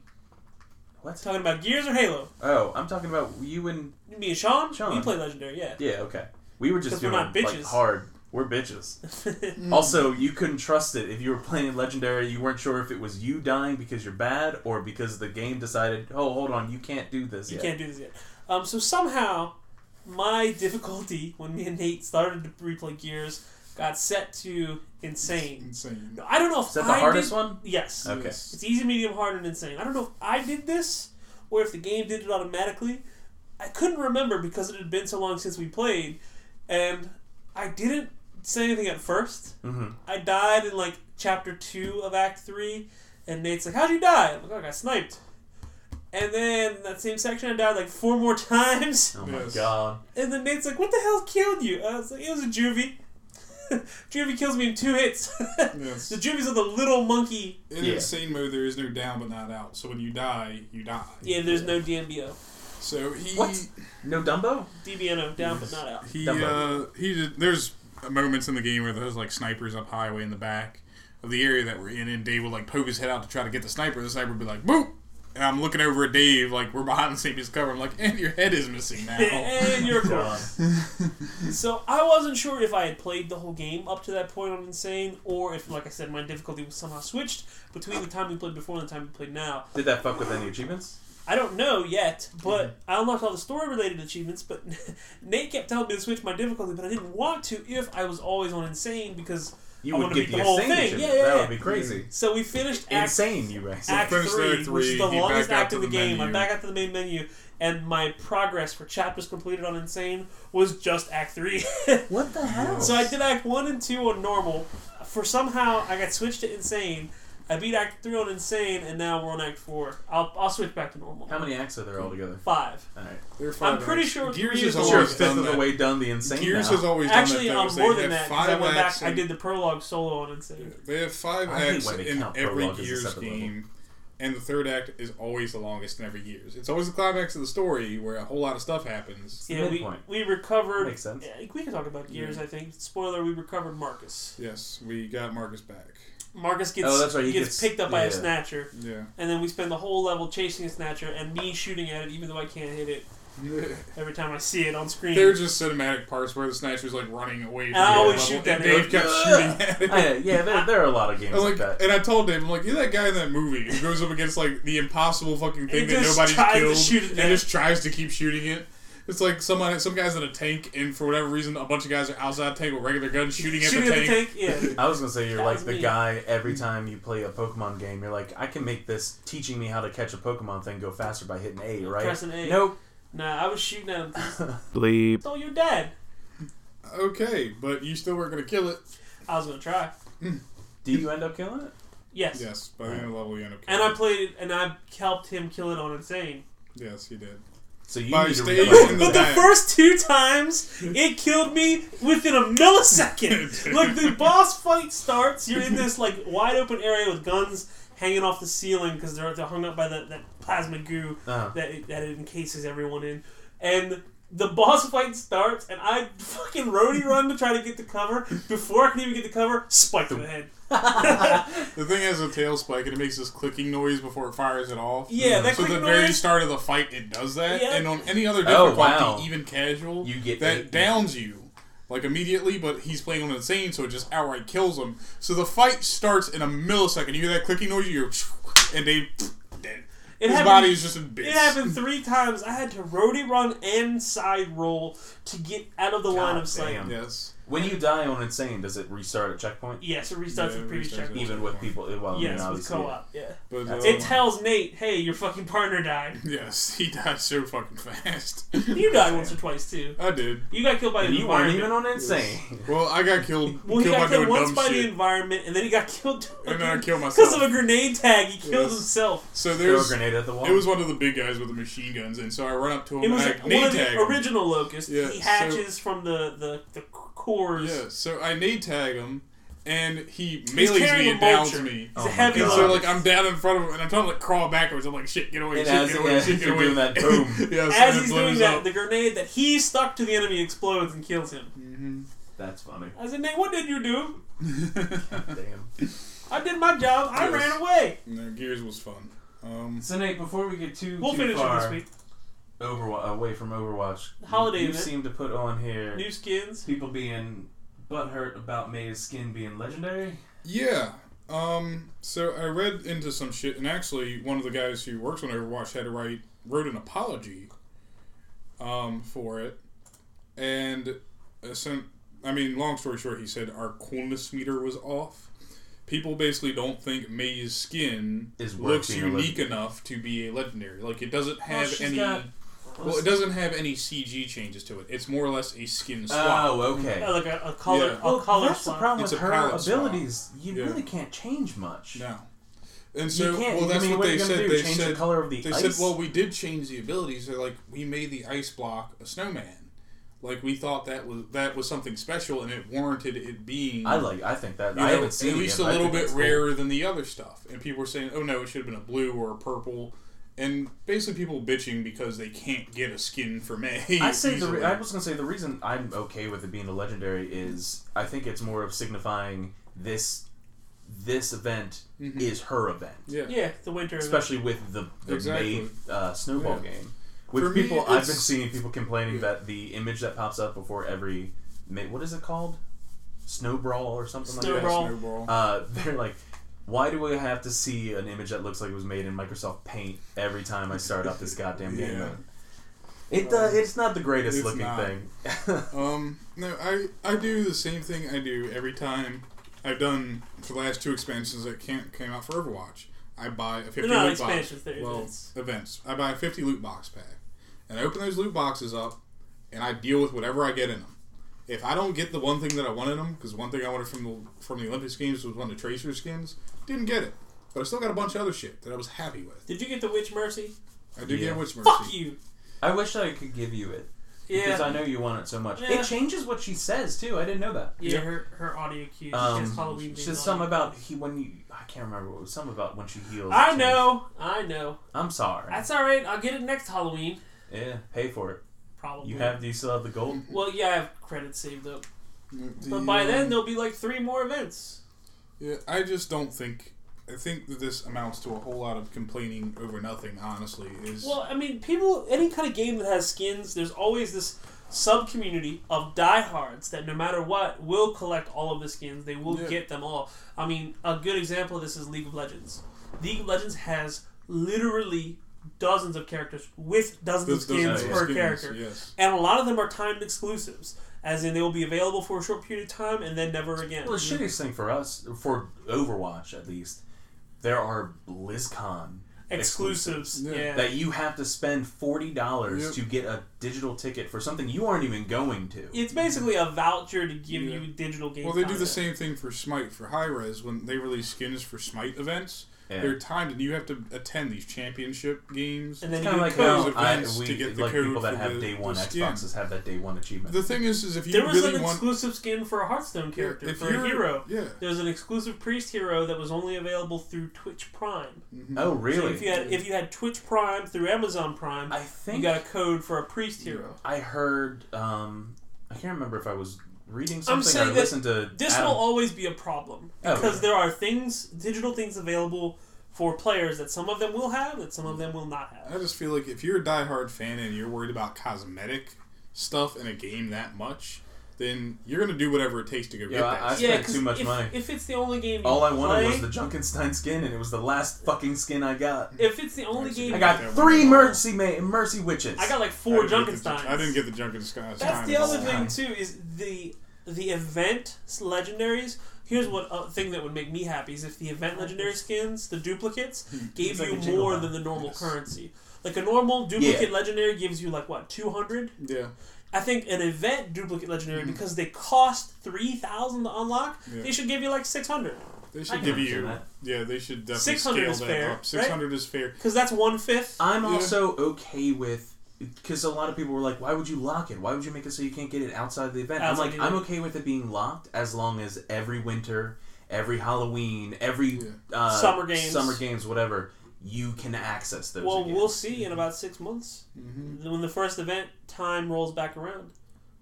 S2: What?
S1: Talking about Gears or Halo?
S2: Oh, I'm talking about you and
S1: Me and Sean.
S2: Sean.
S1: You play Legendary, yeah.
S2: yeah. Okay, we were just
S1: 'Cause we're
S2: doing
S1: not bitches.
S2: like hard. We're bitches. Also, you couldn't trust it if you were playing Legendary. You weren't sure if it was you dying because you're bad or because the game decided, oh, hold on, you can't do this.
S1: You
S2: yet.
S1: can't do this yet. Um, so somehow, my difficulty when me and Nate started to replay Gears got set to insane.
S3: insane.
S1: I don't know if
S2: Is that the
S1: I
S2: hardest
S1: did-
S2: one?
S1: Yes.
S2: Okay.
S3: Yes.
S1: It's easy, medium, hard, and insane. I don't know if I did this or if the game did it automatically. I couldn't remember because it had been so long since we played, and I didn't say anything at first.
S2: Mm-hmm.
S1: I died in like chapter two of Act Three, and Nate's like, "How'd you die?" I'm like, "Oh, I got sniped." And then that same section, I died like four more times,
S2: Oh
S3: Yes.
S2: my god.
S1: and then Nate's like, "What the hell killed you?" I was like, "It was a juvie." juvie kills me in two hits.
S3: Yes.
S1: the juvies are the little monkey
S3: In
S2: Yeah.
S3: insane mode, there is no down but not out. So when you die, you die.
S1: Yeah, there's no DMBO.
S3: So he
S2: What? No Dumbo?
S1: DBNO down but not out.
S3: he uh,
S2: Dumbo.
S3: he did, there's moments in the game where there's like snipers up high way in the back of the area that we're in, and Dave would like poke his head out to try to get the sniper. and The sniper would be like, "Boop!" And I'm looking over at Dave, like we're behind the safety's cover. I'm like, "And your head is missing now."
S1: and you're gone.
S2: God.
S1: So I wasn't sure if I had played the whole game up to that point on Insane, or if, like I said, my difficulty was somehow switched between the time we played before and the time we played now.
S2: Did that fuck with any achievements?
S1: I don't know yet, but
S3: Mm-hmm.
S1: I unlocked all the story-related achievements. But Nate kept telling me to switch my difficulty, but I didn't want to if I was always on Insane because.
S2: You
S1: I
S2: would
S1: wanna
S2: get
S1: beat
S2: the,
S1: the whole
S2: insane
S1: thing.
S2: achievement.
S1: Yeah, yeah,
S2: That
S1: yeah.
S2: would be crazy.
S1: So we finished Act
S2: Insane, you guys.
S1: Act
S3: Finish there
S1: three,
S3: at
S1: which is
S3: three,
S1: the
S3: he
S1: longest
S3: backed out
S1: act of
S3: to
S1: the
S3: the
S1: game. I
S3: menu.
S1: back out to the main menu, and my progress for chapters completed on Insane was just Act Three.
S2: What the hell?
S1: so I did Act One and Two on normal. For somehow I got switched to Insane. I beat Act Three on Insane, and now we're on Act Four. I'll I'll switch back to normal.
S2: How many acts are there altogether?
S1: Five.
S2: All right.
S3: They're fine,
S1: pretty
S3: like,
S1: sure
S3: Gears
S1: three is
S3: has
S2: Sure,
S1: the
S3: always
S1: worst.
S2: fifth
S3: done
S2: of the
S3: that.
S2: way done the insane
S3: Gears
S2: now.
S3: has always
S1: Actually,
S3: done that. though,
S1: um,
S3: is they
S1: more than that
S3: have
S1: because I
S3: five
S1: went
S3: acts
S1: back. I
S3: in-
S1: did the prologue solo on Insane.
S3: They have five
S2: I hate
S3: acts
S2: when they
S3: in
S2: count
S3: every
S2: prologue as a
S3: Gears
S2: separate level.
S3: game, and the third act is always the longest in every Gears. It's always the climax of the story where a whole lot of stuff happens.
S1: Yeah, we,
S2: midpoint.
S1: we recovered.
S2: Makes sense.
S1: Yeah, we can talk about Gears, I think. Spoiler: We recovered Marcus.
S3: Yes, we got Marcus back.
S1: Marcus gets
S2: Oh, that's right, he
S1: gets,
S2: gets-
S1: picked up by
S2: yeah.
S1: a snatcher.
S3: Yeah.
S1: and then we spend the whole level chasing a snatcher and me shooting at it even though I can't hit it every time I see it on screen.
S3: They're just cinematic parts where the snatcher's like running away from
S1: And I
S3: the
S1: always
S3: level,
S1: shoot that
S3: and Dave
S1: nigga.
S3: kept shooting at it.
S2: I- yeah, there, there are a lot of games
S3: And, like,
S2: like, that.
S3: and I told Dave, I'm like, you're that guy in that movie who goes up against like the impossible fucking thing
S1: And
S3: that
S1: just
S3: nobody's
S1: tries to
S3: killed,
S1: shoot it
S3: and
S1: down.
S3: just tries to keep shooting it. It's like someone, some guys in a tank, and for whatever reason, a bunch of guys are outside the tank with regular guns shooting,
S1: shooting
S3: at the tank.
S1: yeah.
S2: I was gonna say you're
S1: That
S2: like
S1: was
S2: the
S1: me.
S2: guy every time you play a Pokemon game. You're like, I can make this teaching me how to catch a Pokemon thing go faster by hitting A, right?
S1: Pressing A.
S2: Nope.
S1: Nah, I was shooting at him.
S4: Bleep.
S1: So you're dead.
S3: Okay, but you still weren't gonna kill it.
S1: I was gonna try.
S2: Do you end up killing it?
S1: Yes.
S3: Yes, by the end of the level, you end up. Killing
S1: And I
S3: it.
S1: played it, and I helped him kill it on insane.
S3: Yes, you did.
S2: So you
S3: By
S2: need to
S3: staying
S2: realize
S3: in
S1: But the
S3: Right.
S1: first two times, it killed me within a millisecond. like the boss fight starts, you're in this like wide open area with guns hanging off the ceiling because they're, they're hung up by that, that plasma goo.
S2: Uh-huh.
S1: that it, that it encases everyone in. And the boss fight starts, and I fucking roadie run to try to get the cover. Before I can even get the cover, spike to the head.
S3: The thing has a tail spike, and it makes this clicking noise before it fires it off.
S1: Yeah,
S2: Mm-hmm.
S1: that
S3: so the
S1: click
S3: very
S1: noise.
S3: start of the fight, it does that,
S1: Yeah.
S3: and on any other
S2: Oh,
S3: difficulty,
S2: wow.
S3: even casual,
S2: You get
S3: that
S2: eight.
S3: downs you like immediately. But he's playing on insane, so it just outright kills him. So the fight starts in a millisecond. You hear that clicking noise, you hear, and they dead.
S1: It
S3: His
S1: happened,
S3: body is just in bits.
S1: It happened three times. I had to roadie run and side roll to get out of the line
S2: God
S1: of sight.
S2: damn.
S3: Yes,
S2: When you die on insane, does it restart at checkpoint?
S1: Yes, it restarts
S3: Yeah,
S1: the
S3: it
S1: previous
S3: restarts
S1: checkpoint.
S3: it.
S2: Even with people, well, I mean,
S1: Yes, with
S2: obviously,
S1: co-op. Yeah.
S3: but uh,
S2: That's
S1: It tells Nate, "Hey, your fucking partner died.
S3: yes, he died so fucking fast.
S1: You died once or twice too.
S3: I did.
S1: You got killed by
S2: And
S1: the
S2: you weren't
S1: environment.
S2: even on insane.
S3: Well, I got killed.
S1: well, he
S3: killed
S1: got
S3: by
S1: killed
S3: doing
S1: once
S3: dumb
S1: by the
S3: shit,
S1: environment, and then he got killed
S3: and then I killed
S1: because
S3: myself.
S1: of a grenade tag. He killed
S3: Yes.
S1: himself.
S3: so
S2: Throw a
S3: there's
S2: grenade at the wall.
S3: It was one of the big guys with the machine guns, and so I run up to him
S1: Oh. It
S3: and
S1: was
S3: I
S1: one
S3: nade
S1: of
S3: Oh tag
S1: the
S3: him.
S1: original locusts.
S3: Yeah,
S1: he
S3: so-
S1: hatches from the, the, the cores.
S3: Yeah, so I nade tag him, and he
S1: He's
S3: melees
S1: carrying
S3: me
S1: a
S3: and downs
S1: mulcher.
S3: me.
S1: He's
S2: Oh
S1: a
S2: my
S1: heavy
S2: God.
S3: And so
S1: load.
S3: like I'm down in front of him, and I'm trying to like crawl backwards. I'm like, shit, get away,
S2: And
S3: shit,
S2: as-
S3: get away,
S2: as
S3: shit, get
S2: you're
S3: away.
S2: doing that, boom.
S3: yeah, so
S1: As
S3: it
S1: he's
S3: blows
S1: doing that,
S3: up.
S1: the grenade that he stuck to the enemy explodes and kills him.
S2: That's funny.
S1: I said, Nate, what did you do?
S3: Mm-hmm.
S2: Damn.
S1: I did my job. I
S3: Yes.
S1: ran away.
S3: No, Gears was fun. Um,
S2: So Nate, before we get too
S1: We'll
S2: too
S1: finish
S2: far
S1: it this week.
S2: Overwa- away from Overwatch,
S1: Holiday
S2: you
S1: event.
S2: seem to put on here
S1: New skins.
S2: people being butthurt about May's skin being legendary.
S3: yeah. Um, so I read into some shit, and actually, one of the guys who works on Overwatch had to write wrote an apology um, for it, and uh, sent. I mean, long story short, he said our coolness meter was off. People basically don't think May's skin
S2: Is worth
S3: looks
S2: being a
S3: unique enough to be a legendary. Like it doesn't have
S2: she's
S3: any.
S2: got-
S3: well, it doesn't have any CG changes to it. It's more or less a skin swap.
S2: Oh, okay.
S1: Uh, like a, a color,
S3: Yeah.
S1: a color
S2: that's the
S1: swap.
S2: problem
S3: It's
S2: with
S3: a
S2: her
S3: palette swap.
S2: abilities. You
S3: Yeah.
S2: really can't change much.
S3: No. And
S2: You
S3: so,
S2: can't.
S3: well, that's
S2: I mean,
S3: what,
S2: what, are
S3: they
S2: you gonna
S3: said.
S2: do?
S3: They
S2: change
S3: said
S2: the color of the
S3: They
S2: ice.
S3: said, well, we did change the abilities. They're like, we made the ice block a snowman. Like we thought that was that was something special, and it warranted it being
S2: I like. I think that
S3: you
S2: I
S3: know,
S2: haven't seen
S3: at
S2: it
S3: least
S2: yet,
S3: a
S2: but I
S3: little
S2: think
S3: bit
S2: it's cool.
S3: rarer than the other stuff. And people were saying, oh no, it should have been a blue or a purple. and basically people bitching because they can't get a skin for May.
S2: I say the re-
S3: easily.
S2: I was gonna say the reason I'm okay with it being a legendary is I think it's more of signifying this this event
S3: Mhm.
S2: is her event,
S3: yeah.
S1: Yeah, the winter. event.
S2: especially with the the
S3: Exactly.
S2: May uh, snowball
S3: Yeah.
S2: game. Which
S3: For me,
S2: people I've been
S3: it's-
S2: seeing people complaining
S3: Yeah.
S2: that the image that pops up before every May, what is it called? Snow brawl or something like
S1: Snow
S2: that.
S3: Yeah,
S1: Snowball.
S3: snowball.
S2: Uh, they're like, why do we have to see an image that looks like it was made in Microsoft Paint every time I start up this goddamn game?
S3: Yeah. Um,
S2: It uh, it's not the greatest
S3: It's
S2: looking
S3: not.
S2: thing.
S3: Um, no, I, I do the same thing I do every time. I've done for the last two expansions that can't came out for Overwatch. I buy a fifty
S1: They're not
S3: loot box.
S1: expansions, they're
S3: well,
S1: events.
S3: I buy a fifty loot box pack, and I open those loot boxes up, and I deal with whatever I get in them. If I don't get the one thing that I wanted them, because one thing I wanted from the from the Olympics games was one of the Tracer skins, didn't get it. But I still got a bunch of other shit that I was happy with.
S1: Did you get the Witch Mercy?
S3: I do
S2: Yeah.
S3: get Witch Mercy.
S1: Fuck you.
S2: I wish I could give you it because
S1: Yeah.
S2: I know you want it so much.
S1: Yeah.
S2: It changes what she says too. I didn't know that.
S1: Yeah,
S3: Yeah.
S1: her, her audio cues. she has
S2: Um,
S1: Halloween.
S2: she
S1: themed
S2: says
S1: audio
S2: something about
S1: cues.
S2: he when you. I can't remember what it was. Something about when she heals. it
S1: I
S2: changes.
S1: know, I know.
S2: I'm sorry.
S1: That's all right. I'll get it next Halloween,
S2: yeah, pay for it.
S1: probably.
S2: You have. Do you still have the gold?
S1: Well, yeah, I have credits saved up,
S3: The,
S1: but by
S3: um,
S1: then there'll be like three more events.
S3: Yeah, I just don't think. I think that this amounts to a whole lot of complaining over nothing. Honestly, is
S1: Well, I mean, people, any kind of game that has skins, there's always this sub community of diehards that no matter what will collect all of the skins. They will
S3: Yeah.
S1: get them all. I mean, a good example of this is League of Legends. League of Legends has literally dozens of characters with dozens
S3: those,
S1: of skins
S2: dozens of
S1: per
S3: skins,
S1: character.
S3: Yes,
S1: And a lot of them are timed exclusives, as in they will be available for a short period of time and then never again.
S2: Well, the shittiest thing for us, for Overwatch at least, there are BlizzCon
S1: Exclusives,
S3: Yeah.
S1: yeah.
S2: that you have to spend forty dollars
S3: Yep.
S2: to get a digital ticket for something you aren't even going to.
S1: It's basically a voucher to give
S3: Yeah.
S1: you digital game.
S3: Well, they do the
S1: content.
S3: same thing for Smite for high res when they release skins for Smite events.
S2: Yeah.
S3: They're timed, and you have to attend these championship games.
S1: And then
S2: It's
S1: you
S2: kind of like
S1: do codes.
S2: how
S3: codes
S2: I,
S3: advanced
S2: we,
S3: to get the
S2: like
S3: code
S2: people that
S3: for
S2: have
S3: the-
S2: day one
S3: the skin.
S2: Xboxes have that day one achievement.
S3: the thing is, is if you
S1: There was
S3: really
S1: an
S3: want
S1: exclusive skin for a Hearthstone character,
S3: if
S1: for a
S3: you're-
S1: hero.
S3: yeah,
S1: There was an exclusive priest hero that was only available through Twitch Prime.
S2: oh,
S1: So
S2: really?
S1: if you had if you had Twitch Prime through Amazon Prime,
S2: I
S1: you
S2: think
S1: got a code for a priest hero.
S2: I heard. Um, I can't remember if I was reading
S1: I'm
S2: something
S1: saying
S2: or
S1: that
S2: listened to.
S1: This
S2: Adam-
S1: will always be a problem
S2: Oh,
S1: because
S2: yeah.
S1: there are things, digital things available for players that some of them will have, that some of them will not have.
S3: I just feel like if you're a diehard fan and you're worried about cosmetic stuff in a game that much, then you're gonna do whatever it takes to go
S2: Yeah,
S3: get that.
S2: I- I
S3: stuff.
S1: yeah,
S2: spent
S1: 'cause
S2: too much
S1: if,
S2: money.
S1: If it's the only game you
S2: all I
S1: play,
S2: wanted was the Junkenstein skin, and it was the last fucking skin I got.
S1: if it's the only game
S2: I
S3: Yeah,
S2: got
S3: we
S2: three
S3: did all-
S2: mercy ma- mercy witches.
S1: I got like
S3: I
S1: four
S3: didn't get the-
S1: Junkensteins.
S3: I didn't get the Junkenstein.
S1: That's the
S3: at
S1: other
S3: all.
S1: thing too is the the event legendaries. Here's what uh, thing that would make me happy is if the event legendary skins, the duplicates, gave
S2: It's Hmm. like
S1: you
S2: a jingle
S1: more
S2: bell.
S1: than the normal
S3: Yes.
S1: currency. Like a normal duplicate legendary gives you like what two hundred.
S3: Yeah.
S1: I think an event duplicate
S2: Hmm.
S1: legendary because they cost three thousand to unlock.
S3: Yeah.
S1: They should give you like six hundred
S3: They
S2: I
S3: should
S2: can
S3: give
S2: understand
S3: you.
S2: that.
S3: Yeah, they should definitely
S1: 600
S3: scale
S1: is
S3: that
S1: fair, right?
S3: up. Six hundred is fair.
S1: because that's one fifth.
S2: I'm
S3: Yeah.
S2: also okay with because a lot of people were like, "Why would you lock it? Why would you make it so you can't get it outside of the event?"
S1: Outside
S2: I'm
S1: the
S2: like, I'm
S1: event.
S2: okay with it being locked as long as every winter, every Halloween, every
S3: Yeah.
S2: uh,
S1: Summer games.
S2: summer games, whatever, you can access those.
S1: Well,
S2: again.
S1: we'll see
S2: Hmm.
S1: in about six months
S3: Mm-hmm.
S1: when the first event time rolls back around.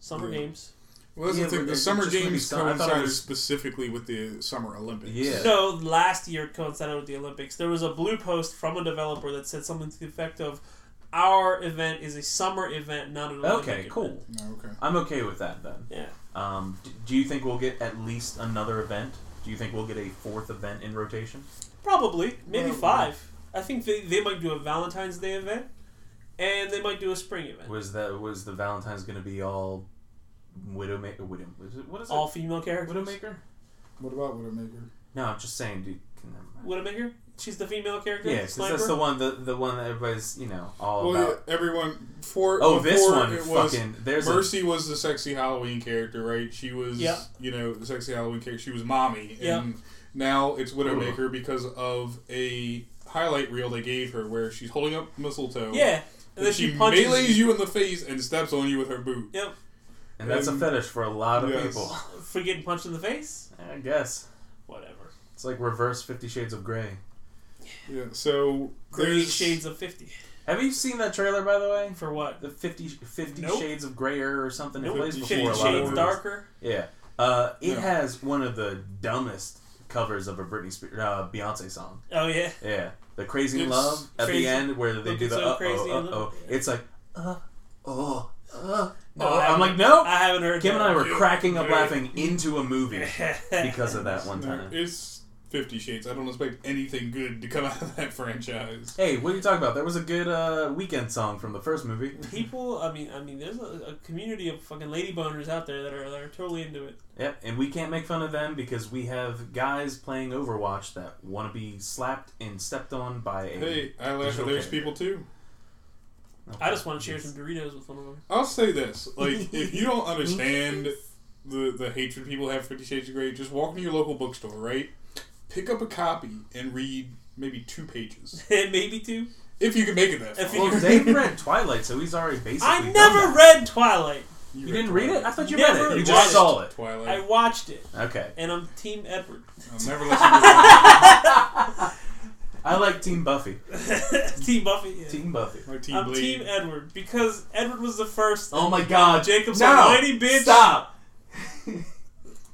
S1: Summer
S2: Hmm.
S3: Yeah.
S1: games.
S3: Well, that's
S2: Yeah,
S3: the thing.
S2: but
S3: The
S2: it- it
S3: summer
S2: just wouldn't be
S3: games
S2: summer. I thought it
S3: coincided
S2: was-
S3: specifically with the summer Olympics.
S2: Yeah.
S1: No, last year it coincided with the Olympics. There was a blue post from a developer that said something to the effect of, "Our event is a summer event, not an Olympic."
S2: Okay,
S1: event."
S2: cool.
S3: No, Oh, okay.
S2: I'm okay with that then.
S1: Yeah,
S2: Um, d- do you think we'll get at least another event? Do you think we'll get a fourth event in rotation?
S1: probably maybe
S3: Probably.
S1: five. I think they, they might do a Valentine's Day event, and they might do a spring event.
S2: Was that was the Valentine's going to be all Widowmaker? Widow, is it, what is it?
S1: All female characters.
S2: Widowmaker?
S3: What about Widowmaker?
S2: No, I'm just saying, dude. Can never mind.
S1: Widowmaker. She's the female character.
S2: Yeah, 'cause
S1: sniper.
S2: that's the one, the, the one that everybody's, you know, all
S3: Well,
S2: about.
S3: yeah, everyone. For
S2: Oh,
S3: before
S2: this one,
S3: it was
S2: fucking. There's a-
S3: Mercy was the sexy Halloween character, right? She was,
S1: Yeah.
S3: you know, the sexy Halloween character. She was mommy,
S1: Yeah.
S3: and now it's Widowmaker because of a highlight reel they gave her where she's holding up mistletoe.
S1: Yeah, and then
S3: And
S1: she,
S3: she,
S1: punches.
S3: melees you in the face and steps on you with her boot.
S1: Yep,
S2: and that's a
S3: um,
S2: fetish for a lot of
S3: yes.
S2: people.
S1: for getting punched in the face.
S2: I guess
S1: Whatever.
S2: it's like reverse Fifty Shades of Grey.
S1: Yeah.
S3: Yeah, so
S1: Great
S3: there's-
S1: shades of fifty.
S2: Have you seen that trailer, by the way?
S1: For what?
S2: The 50, 50
S1: Nope.
S2: Shades of Grayer or something.
S1: Nope.
S2: It plays
S3: Fifty
S2: before
S1: Shades
S2: a lot of
S1: Shades
S2: movies.
S1: darker.
S2: Yeah. Uh, it
S3: No.
S2: has one of the dumbest covers of a Britney Spears, uh, Beyonce song.
S1: Oh yeah.
S2: Yeah. The Crazy in
S3: It's
S2: Love at
S1: crazy.
S2: the end where they
S1: Looking
S2: do the
S1: so
S2: uh
S1: crazy
S2: oh,
S1: in
S2: uh
S1: love.
S2: oh. It's like, uh oh, uh
S1: No,
S2: oh.
S1: I
S2: I'm
S1: haven't-
S2: like, no.
S1: I haven't heard.
S2: Kim and I were
S3: Yeah.
S2: cracking up
S3: Yeah.
S2: laughing into a movie because of that one
S3: no,
S2: time.
S3: It's Fifty Shades. I don't expect anything good to come out of that franchise.
S2: Hey, what are you talking about? There was a good uh, weekend song from the first movie.
S1: People, I mean, I mean, there's a, a community of fucking lady boners out there that are that are totally into it.
S2: Yep, and we can't make fun of them because we have guys playing Overwatch that want to be slapped and stepped on by a.
S3: Hey, I laugh at
S2: Visual
S3: those
S2: character.
S3: people too.
S1: I just want to share some Doritos with one of them.
S3: I'll say this: like, if you don't understand the the hatred people have for Fifty Shades of Grey, just walk into your local bookstore, right? Pick up a copy and read maybe two pages,
S1: Maybe two.
S3: if you can make it that.
S1: If
S3: far.
S1: you
S2: Well, Dave read Twilight, so he's already basically.
S1: I
S2: done
S1: never
S2: that.
S1: read Twilight.
S2: You, didn't read it? I thought you read
S1: Never
S2: it. You
S1: watched
S2: just saw it.
S3: Twilight.
S1: I watched it,
S2: Okay.
S1: and I'm Team Edward.
S3: I'll never let you do that.
S2: I like Team Buffy.
S1: team Buffy. yeah.
S2: Team Buffy.
S3: My team
S1: I'm
S3: bleed.
S1: Team Edward because Edward was the first.
S2: Oh my God,
S1: Jacob's
S2: no,
S1: a whiny bitch.
S2: Stop.